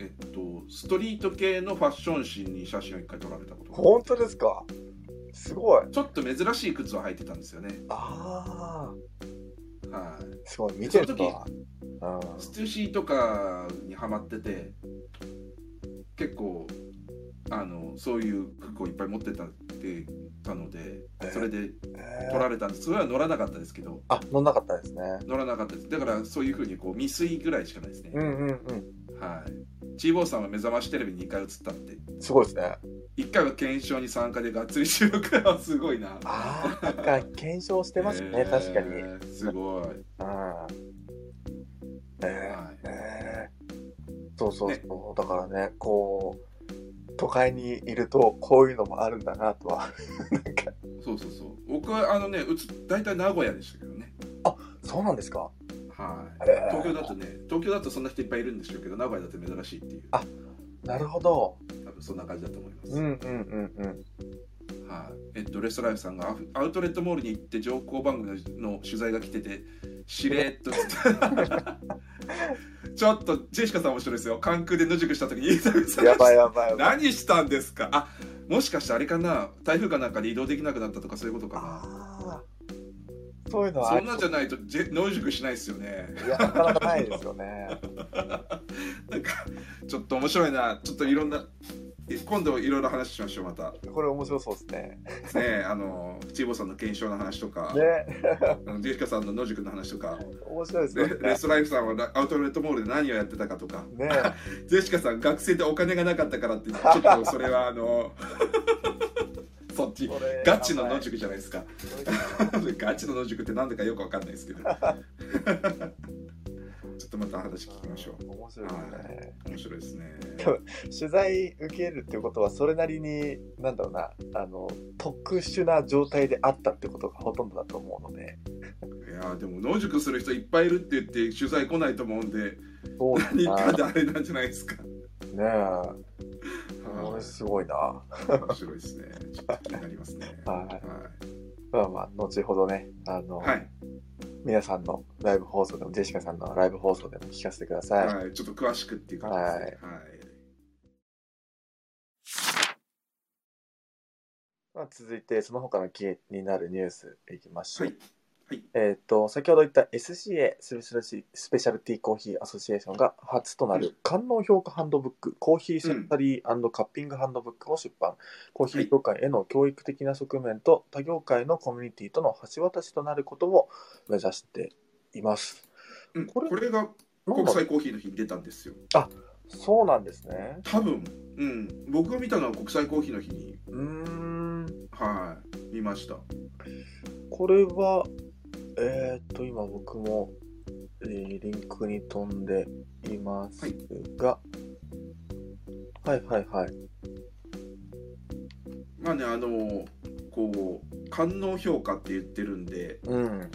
S2: えっとストリート系のファッション誌に写真を一回撮られたこと
S1: 本当ですかすごい
S2: ちょっと珍しい靴を履いてたんですよね
S1: ああ
S2: はい、
S1: すごい見てる人はうん
S2: ステュシーとかにハマってて結構あのそういう服をいっぱい持ってたってたので
S1: えー
S2: それで
S1: えー
S2: 取られたんですそれは乗らなかったですけど
S1: あ乗んなかったですね
S2: 乗らなかったですだからそういうふうにこう未遂ぐらいしかないですね、
S1: うんうんうん
S2: はいチーボーさんは目覚ましテレビに2回映ったって
S1: すごいですね
S2: 1回は検証に参加でがっつり収録はすごいな
S1: あ あなんか検証してますね、
S2: えー
S1: 確かにうん
S2: すごい、
S1: えー
S2: はい
S1: ねそうそうそう、
S2: ね
S1: だからねこう都会にいるとこういうのもあるんだなとは なんか
S2: そうそうそう僕はあのねうつ大体名古屋でしたけどね
S1: そうなんですか
S2: はい、
S1: へー
S2: 東京だとね東京だとそんな人いっぱいいるんでしょうけど名古屋だと珍しいっていう
S1: あなるほど
S2: 多分そんな感じだと思います、
S1: うんうんうんうん
S2: はいえっと、レストライフさんがアフアウトレットモールに行って情報番組のの取材が来ててし れっとちょっとジェシカさん面白いですよ関空で野宿した時にインタビューさ れ
S1: や
S2: ま
S1: ばい
S2: した
S1: やばいやばい
S2: 何したんですかあもしかしてあれかな台風かなんかで移動できなくなったとかそういうことか
S1: あーそういうの
S2: な
S1: はあ
S2: そ
S1: り
S2: んなんじゃないとジェ野宿しないですよね
S1: いやなかなかないですよね
S2: なんかちょっと面白いなちょっといろんなえ今度いろいろ話しましょうまたね
S1: これ面白そうですね
S2: えあのチーボさんの検証の話とか、
S1: ね
S2: あのジェシカさんの野宿の話とか
S1: 面白いですよ
S2: レレ
S1: ね
S2: ストライフさんはラアウトレットモールで何をやってたかとか
S1: ね
S2: ジェシカさん学生でお金がなかったからってちょっとそれはあのそっち
S1: これ
S2: ガチの野宿じゃないですか
S1: やばい
S2: ガチの野宿って何だかよくわかんな いですけどちょっとまた話聞きましょう
S1: 面白いですね
S2: 面白いですね
S1: 取材受けるってことはそれなりになんだろうなあの特殊な状態であったってことがほとんどだと思うので
S2: いやーでも野宿する人いっぱいいるって言って取材来ないと思うんで
S1: そうだ
S2: 何か
S1: なね
S2: であれなんじゃないですか。
S1: えこ
S2: は
S1: れ
S2: い
S1: すごいな
S2: 面白いですね。ちょっと気になりますね。
S1: は
S2: は
S1: まあまあ後ほどねあの、
S2: いはい
S1: 皆さんのライブ放送でもジェシカさんのライブ放送でも聞かせてください、
S2: はいちょっと詳しくっていう感じですね。
S1: まあ、続いてその他の気になるニュースいきましょう、
S2: はいはい
S1: えっ、と先ほど言った SCA スペシャルシスペシャルティーコーヒーアソシエーションが初とな
S2: う
S1: る官能評価ハンドブックコーヒーセンタリーカッピングハンドブックを出版、コーヒー業界への教育的な側面と他業界のコミュニティとの橋渡しとなることを目指しています
S2: うん
S1: これ
S2: これが
S1: なん
S2: 国
S1: だ
S2: 際コーヒーの日に出たんですよ。
S1: そうなんですね
S2: 多分、うん、僕が見たのは国際コーヒーの日に、
S1: うーん
S2: はい、見ました。
S1: これは、えーっと、今僕も、えーリンクに飛んでいますが、はい、はいはいはい
S2: まあね、あのこう、官能評価って言ってるんで、
S1: うん。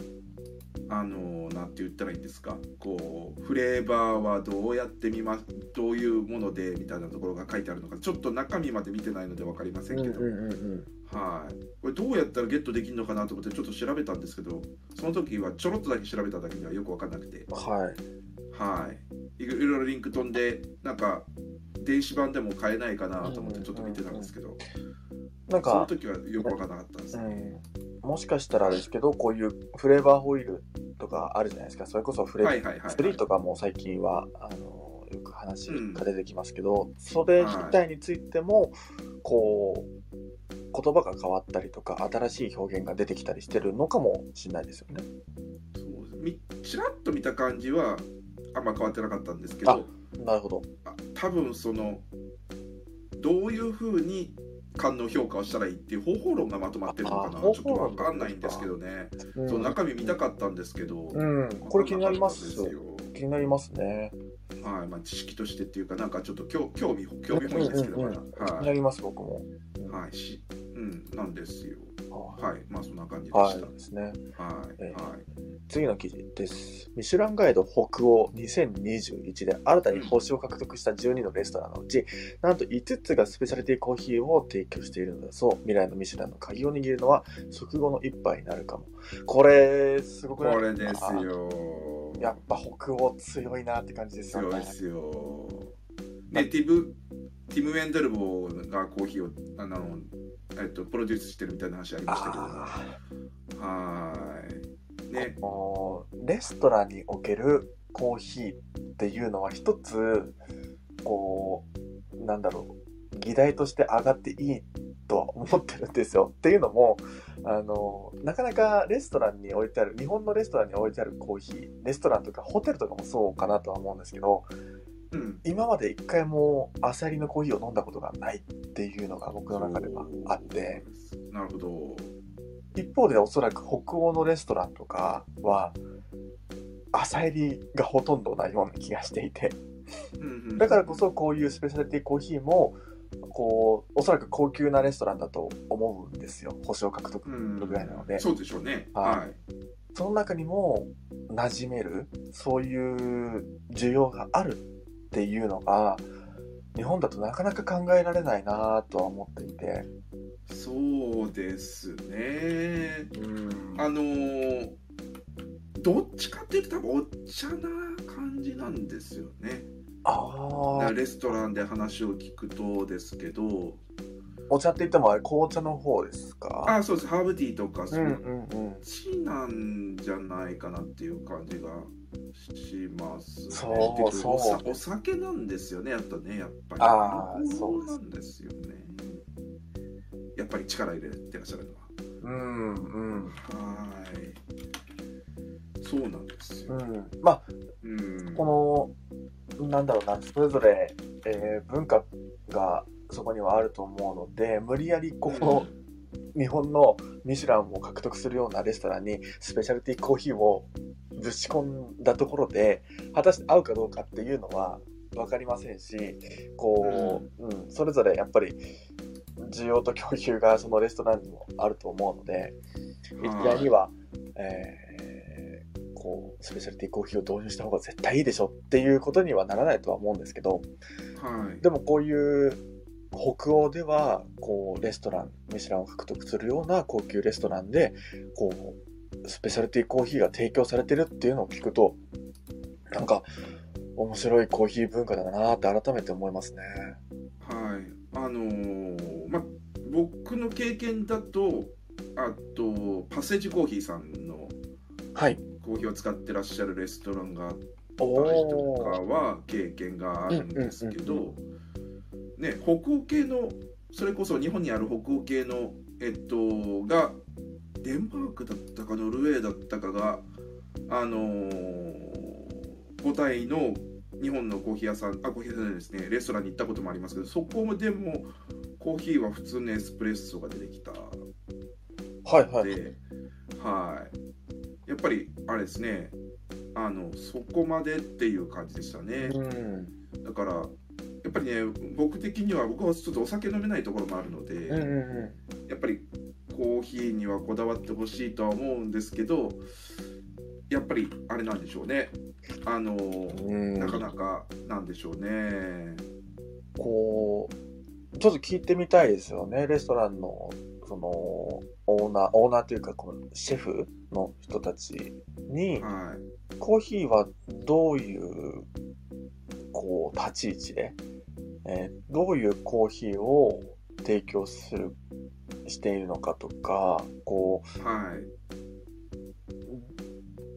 S2: あのなんて言ったらいいんですかこうフレーバーはどうやってみますどういうものでみたいなところが書いてあるのかちょっと中身まで見てないので分かりません
S1: うん
S2: け
S1: う
S2: ど、
S1: んうん
S2: はいこれどうやったらゲットできるのかなと思ってちょっと調べたんですけどその時はちょろっとだけ調べただけではよく分かんなくて
S1: はい
S2: はいいろいろリンク飛んでなんか電子版でも買えないかなと思ってちょっと見てたんですけど、
S1: なん
S2: その
S1: か、
S2: 時はよく分かんなかったです
S1: う
S2: ね、
S1: ん、もしかしたらですけどこういうフレーバーホイールとかあるじゃないですかそれこそフレーバ
S2: は
S1: ー
S2: いはいはい、
S1: ツリーとかも最近はあのよく話が出てきますけど、それ自体についてもこう言葉が変わったりとか新しい表現が出てきたりしてるのかもしれないですよね。
S2: そうですみちらっと見た感じはあんま変わってなかったんですけど
S1: なるほど。
S2: あ多分そのどういうふうに官能評価をしたらいいっていう方法論がまとまってるのかな
S1: あ
S2: ちょ
S1: 方
S2: っと
S1: 法論
S2: 分かんないんですけどね、
S1: う、
S2: そうん中身見たかったんですけど、
S1: うんこれ気になります
S2: 分かんなかったんですよ
S1: 気になりますね。
S2: はいまあ、知識としてっていうかなんかちょっと興興味興味本位ですけど
S1: うん
S2: ま
S1: うんう
S2: だ、
S1: ん気に
S2: は
S1: なります僕も。
S2: い、はい、しうんなんですよ
S1: は
S2: はいまあそんな感じで
S1: は
S2: し
S1: いですね。
S2: たはい、
S1: ええ
S2: はい
S1: 次の記事です。ミシュランガイド北欧2021で新たに星を獲得した12のレストランのうち、なんと5つがスペシャリティコーヒーを提供しているのだそう。未来のミシュランの鍵を握るのは食後の一杯になるかも。これ、すごく
S2: こ
S1: ない
S2: れですよ
S1: やっぱ北欧強いなって感じです
S2: 強い
S1: ね
S2: で。すよ。ね、ティブ、ティム・ウェンデルボーがコーヒーを、あの、えっと、プロデュースしてるみたいな話ありましたけど。は
S1: あ
S2: ーい。ね
S1: あ、、もうレストランにおけるコーヒーっていうのは一つ、こう、なんだろう、議題として上がっていいとは思ってるんですよ。 っていうのも、あの、なかなかレストランに置いてある、日本のレストランに置いてあるコーヒー、レストランとかホテルとかもそうかなとは思うんですけど、
S2: うん。
S1: 今まで一回もアサリのコーヒーを飲んだことがないっていうのが僕の中ではあって、
S2: そう。なるほど。
S1: 一方でおそらく北欧のレストランとかは朝入りがほとんどなような気がしていて
S2: うんうん
S1: だからこ、そこういうスペシャリティコーヒーもこうおそらく高級なレストランだと思うんですよ星を獲得
S2: う
S1: す
S2: ん
S1: るぐらいなので、
S2: そうでしょうね。
S1: はい
S2: はい。
S1: その中にも馴染めるそういう需要があるっていうのが日本だとなかなか考えられないなとは思っていて、
S2: そうですね。
S1: うん
S2: あのーどっちかっていうと多分お茶な感じなんですよね。
S1: あー
S2: レストランで話を聞くとですけど、
S1: お茶って言ってもあれ紅茶の方ですか
S2: あそうですハーブティーとかそっ
S1: んうん、
S2: ちなんじゃないかなっていう感じがします、ね、
S1: そうそう
S2: お酒お酒なんですよねやっぱねやっぱり
S1: あー
S2: アルコール
S1: そ
S2: なんですよねやっぱり力入れてらっしゃるのは
S1: うんうん
S2: はーいそうなんですよ、
S1: うん、まあ
S2: うん、
S1: このなんだろうなそれぞれ、えー文化がそこにはあると思うので無理やりこの日本のミシュランを獲得するようなレストランにスペシャリティコーヒーをぶち込んだところで果たして合うかどうかっていうのは分かりませんしこう、うんそれぞれやっぱり需要と供給がそのレストランにもあると思うので、
S2: うん
S1: 一
S2: は
S1: 概
S2: い
S1: には、えーこうスペシャリティコーヒーを導入した方が絶対いいでしょっていうことにはならないとは思うんですけど
S2: はい
S1: でもこういう北欧ではこうレストランミシュランを獲得するような高級レストランでこうスペシャリティコーヒーが提供されてるっていうのを聞くとなんか面白いコーヒー文化だなって改めて思いますね。
S2: はい、あのーまあ僕の経験だとあとパッセージコーヒーさんの
S1: はい。
S2: コーヒーを使ってらっしゃるレストランがあったり
S1: お
S2: とか
S1: お。
S2: は経験があるんですけど、ね、北欧系のそれこそ日本にある北欧系の、えっと、がデンマークだったかノルウェーだったかがあのー母体の日本のコーヒー屋さんあコーヒー屋さんじゃないですねレストランに行ったこともありますけどそこでもコーヒーは普通のエスプレッソが出てきた
S1: はいはい。
S2: で、はい、やっぱりあれですね、あのそこまでっていう感じでしたね。
S1: うん。
S2: だからやっぱりね、僕的には僕はちょっとお酒飲めないところもあるので、
S1: うんう
S2: やっぱりコーヒーにはこだわってほしいとは思うんですけど、やっぱりあれなんでしょうねあの
S1: うん
S2: なかなかなんでしょうね
S1: こうちょっと聞いてみたいですよねレストランのそのオーナーオーナーというかこうシェフの人たちに
S2: は
S1: コーヒーはどういうこう立ち位置で、えーどういうコーヒーを提供するしているのかとかこ
S2: いはい
S1: う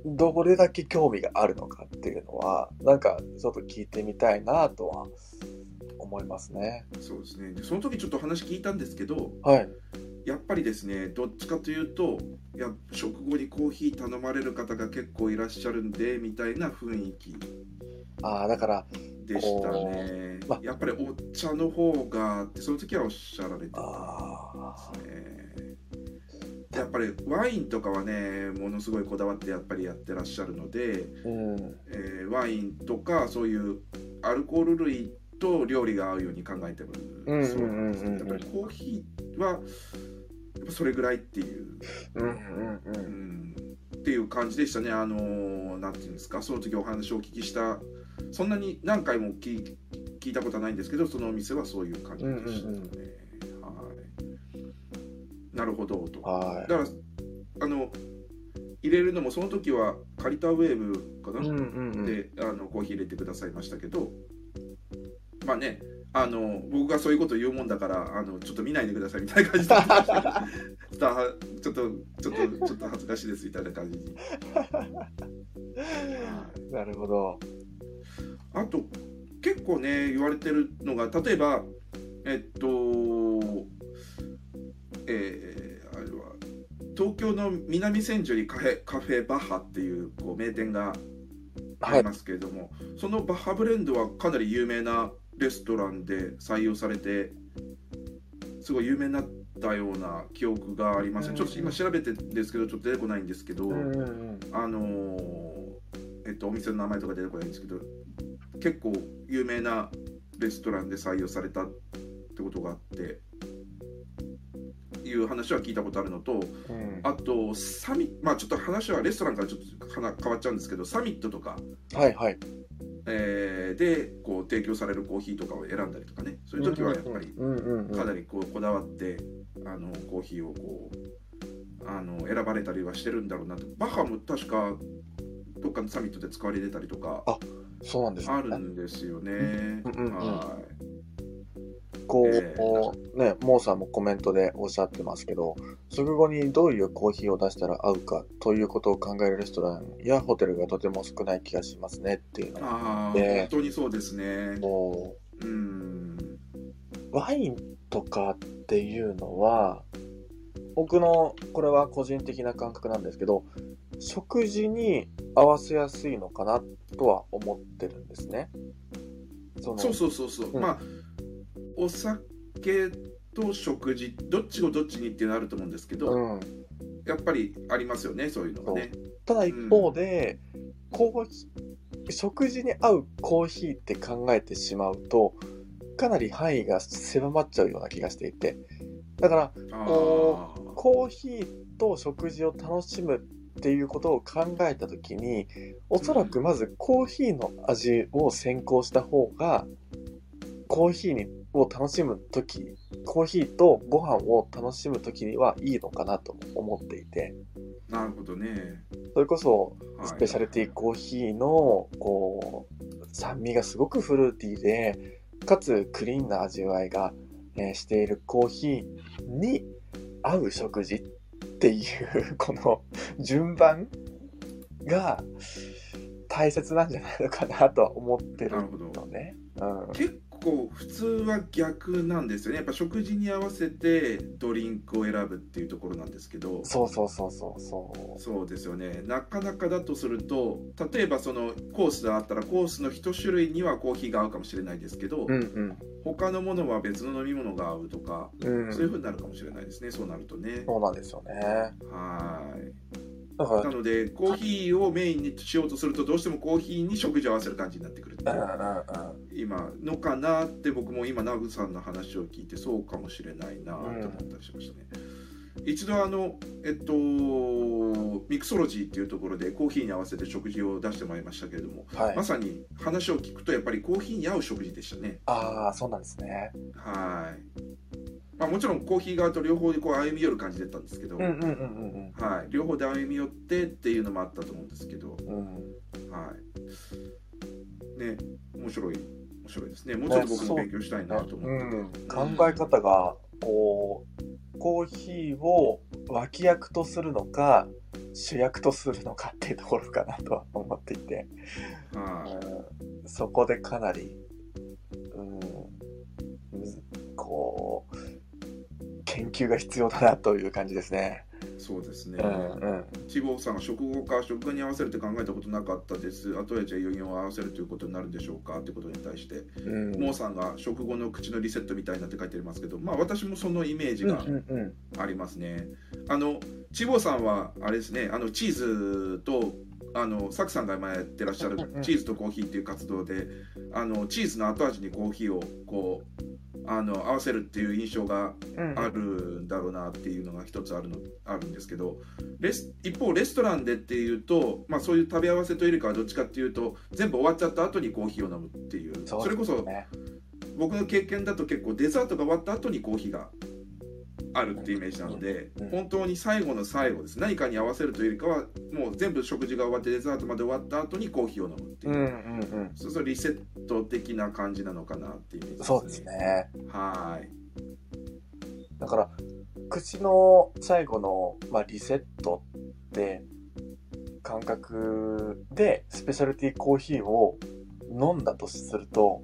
S1: どれだけ興味があるのかっていうのはなんかちょっと聞いてみたいなとは思いますね。
S2: そうですねでその時ちょっと話聞いたんですけど
S1: はい、
S2: やっぱりですねどっちかというとやっぱ食後にコーヒー頼まれる方が結構いらっしゃるんでみたいな雰囲気
S1: あーだから
S2: でしたね
S1: おーま
S2: やっぱりお茶の方がってその時はおっしゃられてた
S1: あ
S2: んですねやっぱりワインとかはねものすごいこだわってやっぱりやってらっしゃるので、
S1: ーうん
S2: えーワインとかそういうアルコール類と料理が合うように考えてる
S1: うんうん
S2: そううな
S1: んうんうん
S2: んですねやっぱりコーヒーはやっぱそれぐらいっていう
S1: うんうんう
S2: うんんっていう感じでしたね、あのーなんていうんですか、その時お話をお聞きした、そんなに何回も聞い聞いたことはないんですけど、そのお店はそういう感じでしたね。はいなるほどと。だ
S1: は
S2: からあの入れるのもその時は借りたウェーブか
S1: い
S2: な、
S1: うんうんうん
S2: であのコーヒー入れてくださいましたけどまあねあの僕がそういうこと言うもんだからあのちょっと見ないでくださいみたいな感じでちょっとちょっとちょっとちょっと恥ずかしいですみたいな感じに
S1: なるほど
S2: あと結構ね言われてるのが例えばえっとえーあれは東京の南千住にカフェカフェバハっていうこう名店があ
S1: は
S2: り
S1: い
S2: ますけれども、そのバッハブレンドはかなり有名なレストランで採用されてすごい有名になったような記憶があります、
S1: うん
S2: ちょっと今調べてんですけどちょっと出てこないんですけど、
S1: うんうんうん
S2: あのーえっとお店の名前とか出てこないんですけど結構有名なレストランで採用されたってことがあっていう話は聞いたことあるのと、
S1: うん
S2: あとサミまあちょっと話はレストランからちょっとかな変わっちゃうんですけどサミットとか、
S1: はいはい
S2: えーでこう提供されるコーヒーとかを選んだりとかねそういう時はやっぱり
S1: うんうんうん
S2: かなりこうこだわってあのコーヒーをこうあの選ばれたりはしてるんだろうなとバハも確かどっかのサミットで使われてたりとか
S1: あそうなんですね
S2: あるんですよね。
S1: うんうんうん
S2: はい
S1: こう、
S2: え
S1: ね、モーさんもコメントでおっしゃってますけど、食後にどういうコーヒーを出したら合うかということを考えるレストランやホテルがとても少ない気がしますねっていうのは。
S2: ああ、
S1: ね
S2: 本当にそうですね。
S1: も
S2: うん。
S1: う、ワインとかっていうのは、僕の、これは個人的な感覚なんですけど、食事に合わせやすいのかなとは思ってるんですね。その
S2: そうそうそうそう、
S1: うん
S2: まあお酒と食事どっちをどっちにっていうのあると思うんですけど、
S1: うん、
S2: やっぱりありますよねそういうのがね
S1: ただ一方で、コーヒー食事に合うコーヒーって考えてしまうとかなり範囲が狭まっちゃうような気がしていてだから
S2: あ
S1: こ
S2: ー
S1: コーヒーと食事を楽しむっていうことを考えた時におそらくまずコーヒーの味を先行した方がコーヒーにを楽しむ時コーヒーとご飯を楽しむ時にはいいのかなと思っていて
S2: なるほどね、
S1: それこそ
S2: はい
S1: スペシャルティーコーヒーのこう酸味がすごくフルーティーでかつクリーンな味わいが、えーしているコーヒーに合う食事っていう この順番が大切なんじゃないのかなとは思って
S2: な
S1: る
S2: るほど
S1: のね。うん
S2: 結構普通は逆なんですよねやっぱ食事に合わせてドリンクを選ぶっていうところなんですけど
S1: そうそうそうそうそ
S2: そうですよねなかなかだとすると例えばそのコースがあったらコースの一種類にはコーヒーが合うかもしれないですけど、
S1: う。うん
S2: 他のものは別の飲み物が合うとか、
S1: うん。うん。
S2: そういう風になるかもしれないですねそうなるとね
S1: そうなんですよね。
S2: はーい
S1: だから
S2: なのでコーヒーをメインにしようとするとどうしてもコーヒーに食事を合わせる感じになってくるっていう
S1: うんうんうん。
S2: 今のかなって僕も今ナグさんの話を聞いてそうかもしれないなと思ったりしましたね。一度あのえっとミクソロジーっていうところでコーヒーに合わせて食事を出してまいりましたけれども、
S1: はい
S2: ま。さに話を聞くとやっぱりコーヒーに合う食事でしたね
S1: ああ、そうなんですね。
S2: はい、まあ、もちろんコーヒー側と両方でこう歩み寄る感じだったんですけど、
S1: うんうんうん
S2: はい、両方で歩み寄ってっていうのもあったと思うんですけど、
S1: うんうん。うん。
S2: はい、ね面白い面白いですねもうちょっと僕も勉強したいなと思ってて、
S1: うん、考え方がこうコーヒーを脇役とするのか主役とするのかっていうところかなとは思っていて、
S2: はい
S1: うんそこでかなり、うんむず、こう研究が必要だなという感じですね。
S2: そうです
S1: う
S2: ね、
S1: んうん
S2: 志望さんが食後か食後に合わせるって考えたことなかったですあとはじゃあ余韻を合わせるということになるんでしょうかってことに対して
S1: うん
S2: モーさんが食後の口のリセットみたいなって書いてありますけどまあ私もそのイメージ
S1: う
S2: が
S1: んうんうん
S2: ありますね、あの志望さんはあれですねあのチーズとあのサクさんが今やってらっしゃる
S1: うんうん
S2: チーズとコーヒーっていう活動であのチーズの後味にコーヒーをこうあの合わせるっていう印象が
S1: うん
S2: あるんだろうなっていうのが一つあるのあるんですけどレス一方レストランでっていうと、まあ、そういう食べ合わせというよりかはどっちかっていうと全部終わっちゃった後にコーヒーを飲むっていうそ
S1: そう
S2: れ
S1: で
S2: こ
S1: す
S2: そ
S1: ね
S2: 僕の経験だと結構デザートが終わった後にコーヒーがあるっていうイメージなので、
S1: うんうん
S2: 本当に最後の最後です何かに合わせるというよりかはもう全部食事が終わってデザートまで終わった後にコーヒーを飲むっていうう、
S1: んうんうん
S2: そうするとリセット的な感じなのかなっていうイメージですね。
S1: そうですね。
S2: はーい
S1: だから口の最後の、まあ、リセットって感覚でスペシャルティーコーヒーを飲んだとすると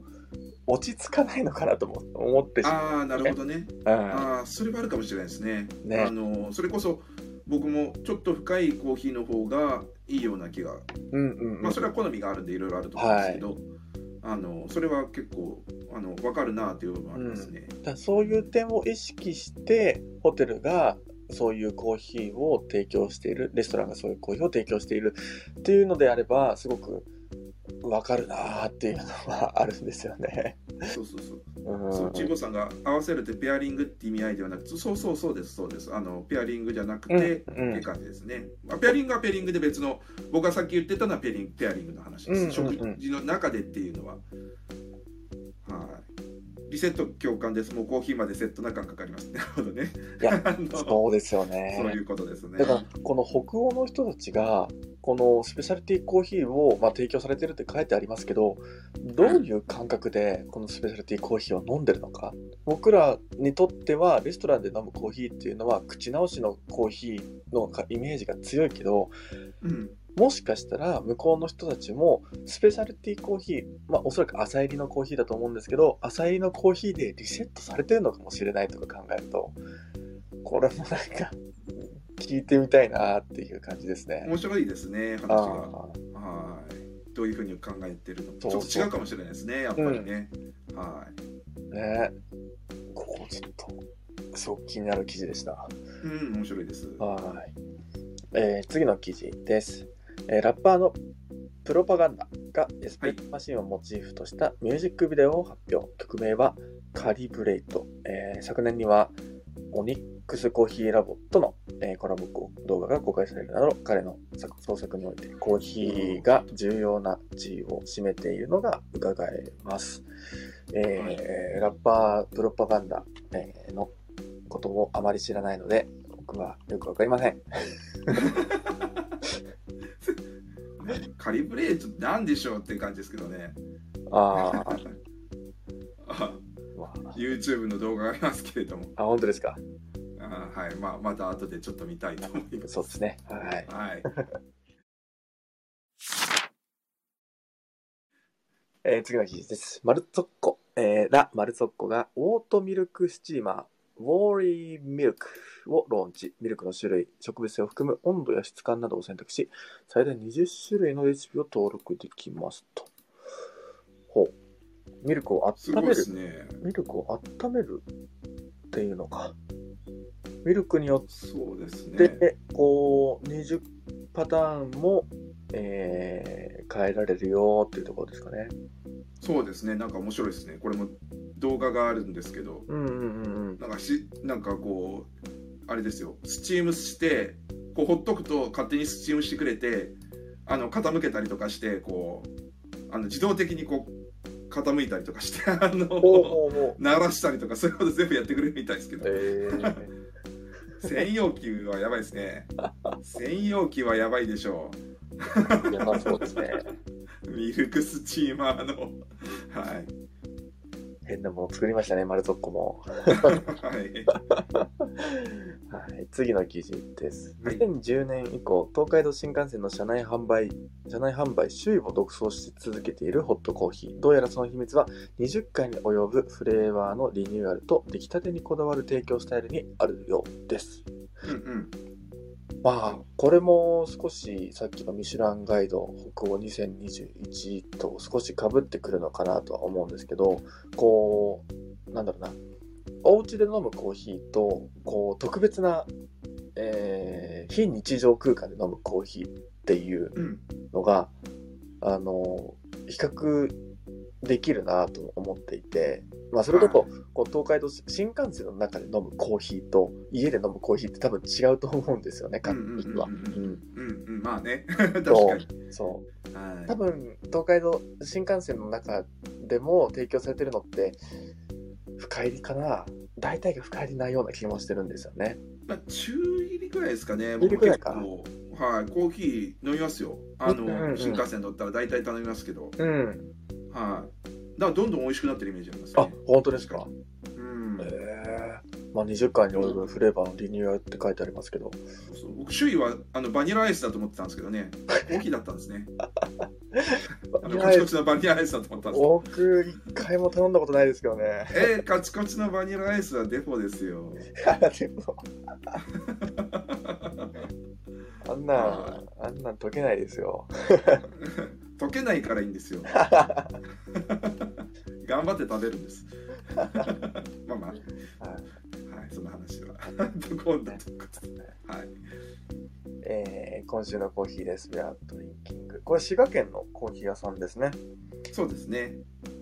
S1: 落ち着かないのかなとも思ってしま
S2: ああなるほどね。
S1: う
S2: ああそれはあるかもしれないですね。
S1: ね
S2: あのそれこそ僕もちょっと深いコーヒーの方がいいような気が、
S1: うんうんうん
S2: まあそれは好みがあるんでいろいろあると思うんですけど、あのそれは結構あのわかるなっていう部分はありますね。
S1: だからそういう点を意識してホテルがそういうコーヒーを提供しているレストランがそういうコーヒーを提供しているっていうのであればすごくわかるなーっていうのはあるんですよね。
S2: そうそうそう。
S1: うん
S2: そうちいこさんが合わせるってペアリングって意味合いではなくて、そうそうそうですそうです。あのペアリングじゃなくて。
S1: うん
S2: っ
S1: う
S2: てい
S1: ん
S2: う感じですね、まあ、ペアリングはペアリングで別の僕がさっき言ってたのはペアリングペアリングの話です、
S1: うんうんうん
S2: 食事の中でっていうのははいリセット共感ですもうコーヒーまでセットな感かかりますなるほどね
S1: いや
S2: あのそ
S1: そうですよ
S2: うい
S1: ね。
S2: うことですね
S1: だからこの北欧の人たちがこのスペシャリティコーヒーをまあ提供されてるって書いてありますけどどういう感覚でこのスペシャリティコーヒーを飲んでるのか僕らにとってはレストランで飲むコーヒーっていうのは口直しのコーヒーのかイメージが強いけど
S2: うん
S1: もしかしたら向こうの人たちもスペシャリティコーヒーまあおそらく朝入りのコーヒーだと思うんですけど朝入りのコーヒーでリセットされてるのかもしれないとか考えるとこれもなんか聞いてみたいなっていう感じですね。
S2: 面白いですね話が
S1: あー
S2: はいどういうふうに考えてるのかち
S1: そう
S2: ょ
S1: そ
S2: っ
S1: う
S2: と違うかもしれないですねやっぱりね、はい
S1: ねここちょっとすごく気になる記事でした。
S2: うん面白いです
S1: はい、えー次の記事です、えーラッパーのプロパガンダがエスプレッドマシンをモチーフとしたミュージックビデオを発表曲名はカリブレイト、えー昨年にはオニックスコーヒーラボとの、えーコラボ動画が公開されるなど彼の作創作においてコーヒーが重要な地位を占めているのが伺えます、えー
S2: はい
S1: ラッパープロパガンダ、えーのことをあまり知らないので僕はよくわかりません。
S2: カリブレートって何でしょうっていう感じですけどね
S1: ああ、
S2: あ
S1: ま
S2: YouTube の動画がありますけれども
S1: あ、あ、本当ですか。
S2: あーはい、まあ、また後でちょっと見たいと思います。
S1: そうですね。はい。
S2: はい、
S1: えー次の記事です。マルツォッコ、えーラ・マルツォッコがオートミルクスチーマー、ウォーリーミルクをローンチ。ミルクの種類、植物性を含む温度や質感などを選択し、最大20種類のレシピを登録できますと。ほう。ミルクを
S2: すご
S1: 温
S2: い
S1: め
S2: で
S1: る。
S2: すね。
S1: ミルクを温めるっていうのか。ミルクによって
S2: そうですね。
S1: で、こう、20パターンも、えー変えられるよっていうところですかね。
S2: そうですね。なんか面白いですね。これも動画があるんですけど、
S1: うんうんうんうん。
S2: なんかし、なんかこう。あれですよスチームしてこうほっとくと勝手にスチームしてくれてあの傾けたりとかしてこうあの自動的にこう傾いたりとかして あ
S1: おう
S2: の
S1: おうおう
S2: 鳴らしたりとかそういうこと全部やってくれるみたいですけど
S1: え
S2: 専用機はやばいですね専用機はやばいでしょ
S1: ー、やばそうですね。
S2: うミルクスチーマーのはい
S1: 変なもの作りましたね、マルトッコも。
S2: はい
S1: はい、次の記事です。
S2: はい
S1: 2010年以降、東海道新幹線の車内販売、車内販売首位を独走し続けているホットコーヒー。どうやらその秘密は20回に及ぶフレーバーのリニューアルと出来たてにこだわる提供スタイルにあるようです。
S2: うんうん
S1: まあ、これも少しさっきのミシュランガイド北欧2021と少し被ってくるのかなとは思うんですけど、こう、なんだろうな、お家で飲むコーヒーと、こう、特別な、えー非日常空間で飲むコーヒーっていう
S2: うん
S1: のが、あの、比較できるなと思っていて、まあ、それこそ、こう東海道新幹線の中で飲むコーヒーと、家で飲むコーヒーって多分違うと思うんですよね、
S2: う
S1: 感
S2: んうん
S1: 覚
S2: う
S1: は。
S2: ん
S1: うん
S2: うんうんまあね 確かには
S1: そう
S2: い
S1: 多分東海道新幹線の中でも提供されてるのって深入りかな大体が深入りないような気もしてるんですよね
S2: まあ、中入りくらいですかね、
S1: 入り
S2: 僕
S1: くら
S2: 結
S1: いか
S2: 構、はい、コーヒー飲みますよ。あの、
S1: うんうん
S2: 新幹線乗ったら大体頼みますけど、はい。
S1: うん
S2: だからどんどん美味しくなってるイメージあります
S1: あ
S2: ね。
S1: 本当ですか
S2: うん
S1: へえ。まあ、20回に及ぶフレーバーのリニューアルって書いてありますけど
S2: そうそう僕、周囲はあのバニラアイスだと思ってたんですけどね、コーヒーだったんですね。あのカチコチのバニラアイスだと思ったんです
S1: 僕一回も頼んだことないですけどね
S2: けど。えー、カチコチのバニラアイスはデフォですよ。
S1: で もあんなんあんなん溶けないですよ
S2: 溶けないからいいんで すよ。頑張って食べる んです。まあまあ、はい、その話は。どこんだとか。はい。
S1: えー今週のコーヒーですウェアドリンキングこれ滋賀県のコーヒー屋さんですね
S2: そうですね。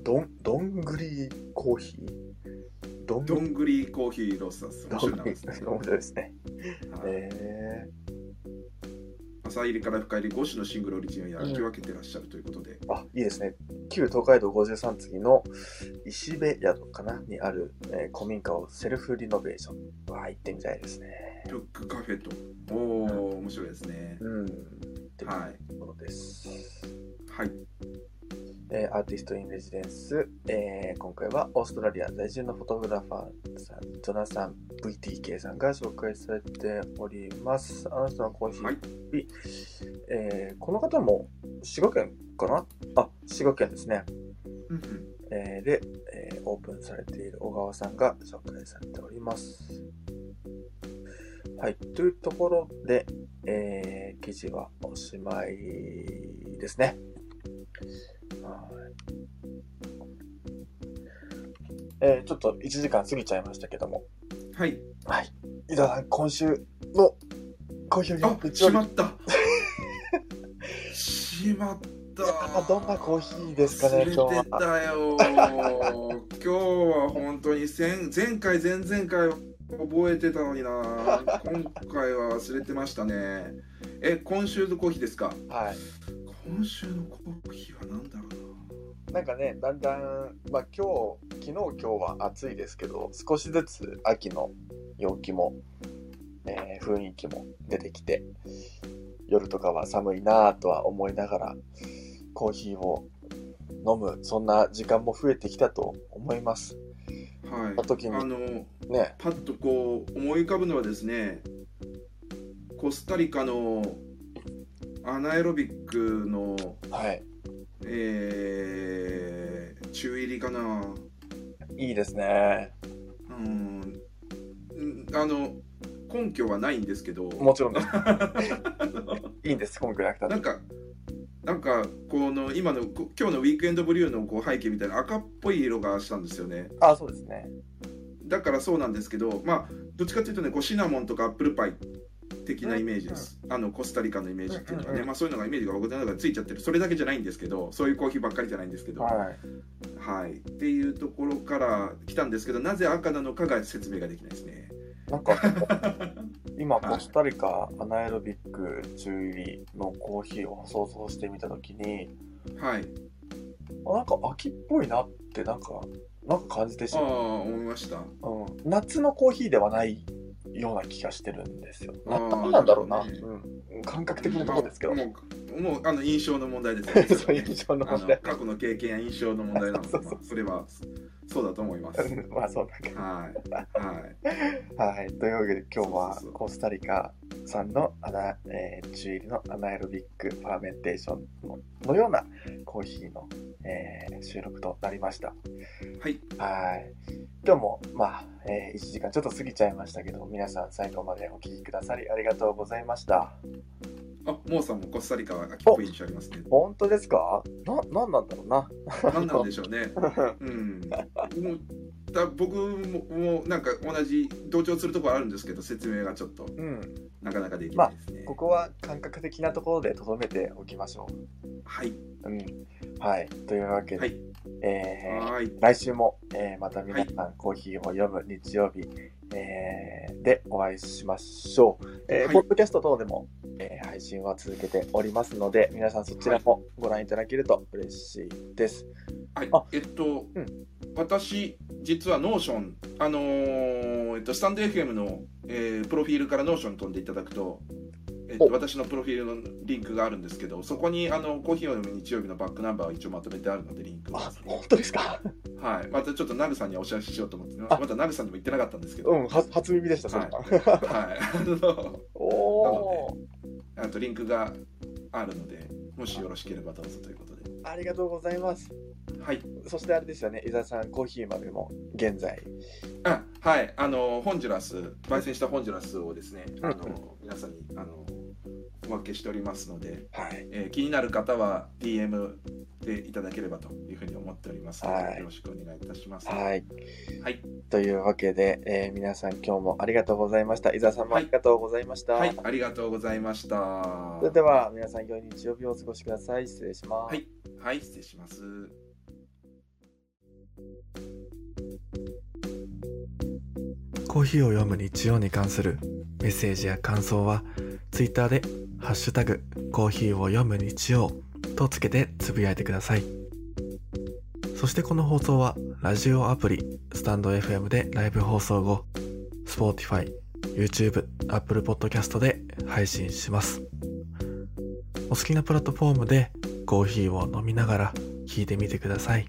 S1: どん、どんぐりコーヒーどん
S2: どんぐりコーヒーロースターズ。
S1: ど
S2: 面
S1: ん
S2: 白い
S1: ぐ
S2: 名前
S1: り面
S2: ですね。
S1: 白いですね。
S2: はい
S1: え
S2: 朝入りから深入り5種のシングルオリジンを焼き分けてらっしゃるということで。
S1: ー、あ、いいですね。旧東海道53次の石部宿かなにある、えー古民家をセルフリノベーション。わあ、行ってみたいですね。
S2: ブックカフェと。おお、面白いですね。
S1: うん。って
S2: は
S1: いうものです。
S2: い。はい。
S1: えーアーティスト・イン・レジデンス、えー今回はオーストラリア在住のフォトグラファーさん、ジョナサン VTK さんが紹介されております。あの人のコーヒー、
S2: はい
S1: えーこの方も滋賀県かなあ、滋賀県ですね。
S2: うんうん
S1: えーで、えーオープンされている小川さんが紹介されております。はい、というところで、えー記事はおしまいですね。はいえーちょっと1時間過ぎちゃいましたけども、
S2: はい。
S1: はい、伊沢さん、今週の好評
S2: あ
S1: の、
S2: しま った。しまった
S1: あ。どんなコーヒーですかね
S2: 忘れてたよ。今日は本当に前前回前々回覚えてたのにな。今回は忘れてましたね。え、今週のコーヒーですか。
S1: はい、
S2: 今週のコーヒーはなんだろ
S1: なんかね、だんだん、まあ、今日、昨日、今日は暑いですけど、少しずつ秋の陽気も、えー雰囲気も出てきて、夜とかは寒いなぁとは思いながら、コーヒーを飲む、そんな時間も増えてきたと思います。
S2: うな。はい。
S1: あ時に
S2: あの
S1: ね、
S2: パッとこう思い浮かぶのはですね。コスタリカのアナエロビックの
S1: はい。
S2: えー、中入りかな。
S1: いいですね。
S2: うん。うんあの、根拠はないんですけど、
S1: もちろんです。いいんです、今回なくた
S2: な
S1: って
S2: んか、なんか、この今の、こ今日のウィークエンドブリューのこう背景みたいな赤っぽい色がしたんですよね。
S1: あ、そうですね。
S2: だからそうなんですけど、まあ、どっちかというとね、こうシナモンとかアップルパイ的なイメージです。あの、コスタリカのイメージっていうのが
S1: うんうん
S2: ね、
S1: うん
S2: まあそういうのがイメージが僕の中でついちゃってる。それだけじゃないんですけど、そういうコーヒーばっかりじゃないんですけど。
S1: はい。
S2: はい、っていうところから来たんですけどなぜ赤なのかが説明ができないですね。
S1: なんか今コスタリカアナエロビック中入りのコーヒーを想像してみた時に
S2: はい
S1: あなんか秋っぽいなってなんかなんか感じてし
S2: ああ
S1: まう、
S2: 思いました
S1: うん、夏のコーヒーではないような気がしてるんですよ
S2: あー
S1: などうなんだろうな、
S2: なるほ
S1: うん、感覚的なところですけど、
S2: もうもうあの印象の問題で す、
S1: そういう印象の
S2: あ
S1: 問
S2: の
S1: 題
S2: 過去の経験や印象の問題なので
S1: そうそう
S2: まあそれはそうだと思います。はい
S1: うんまあそうだけど
S2: は
S1: はい、というわけで今日は
S2: そうそうそう
S1: コスタリカ産のアナ、えー中入りのアナエロビックファーメンテーションののようなコーヒーの、えー収録となりました。
S2: いはい
S1: はい。今日も、まあ、え1時間ちょっと過ぎちゃいましたけど、皆さん最後までお聞きくださりありがとうございました。
S2: あモーさんもコスタリカは秋っぽい印象ありますね。
S1: 本当ですかな、なんなんだろうな。
S2: 何なんでしょうね。うん。もうだ僕ももうなんか同じ同調するところあるんですけど説明がちょっと
S1: うん。
S2: なかなかできないですね。
S1: ここは感覚的なところで留めておきましょ
S2: はい、
S1: う。うん。はい。というわけで、
S2: はい、
S1: えー
S2: はい、
S1: 来週も、えーまた皆さんコーヒーを読む日曜日、えーでお会いしましょう、えー
S2: はい
S1: ポッドキャスト等でも、えー配信は続けておりますので皆さんそちらもご覧いただけると嬉しいです、
S2: はい
S1: あ、
S2: えっと、
S1: うん
S2: 私実はノーションあのーえっとスタンド FM の、えープロフィールからノーション飛んでいただくと。えっと、
S1: お
S2: 私のプロフィールのリンクがあるんですけどそこにあのコーヒーを飲む日曜日のバックナンバーを一応まとめてあるのでリンクを
S1: あ本当ですか
S2: はい、またちょっとナルさんにはお知らせしようと思ってま
S1: あ
S2: たナルさんにも言ってなかったんですけど、
S1: うんは初耳でしたそれ
S2: はい
S1: は、
S2: はい、 あの
S1: おお
S2: あとリンクがあるのでもしよろしければどうぞということで
S1: ありがとうございます
S2: はい
S1: そしてあれですよね伊沢さんコーヒー豆も現在
S2: あはい、あのホンジュラス、焙煎したホンジュラスをですね、あ
S1: うん
S2: の皆さんにあのお分けしておりますので、
S1: はい
S2: えー気になる方は DM でいただければというふうに思っておりますので、
S1: はい
S2: よろしくお願いいたします。
S1: はい
S2: はい、
S1: というわけで、えー皆さん今日もありがとうございました伊沢さんもありがとうございました、
S2: はいありがとうございました。は
S1: それでは皆さん良い日曜日をお過ごしください。失礼します。
S2: い、はい、失礼します。
S3: コーヒーを読む日曜に関するメッセージや感想は、ツイッターで、ハッシュタグ、コーヒーを読む日曜とつけてつぶやいてください。そしてこの放送は、ラジオアプリ、スタンド FM でライブ放送後、Spotify、YouTube、Apple Podcast で配信します。お好きなプラットフォームでコーヒーを飲みながら聞いてみてください。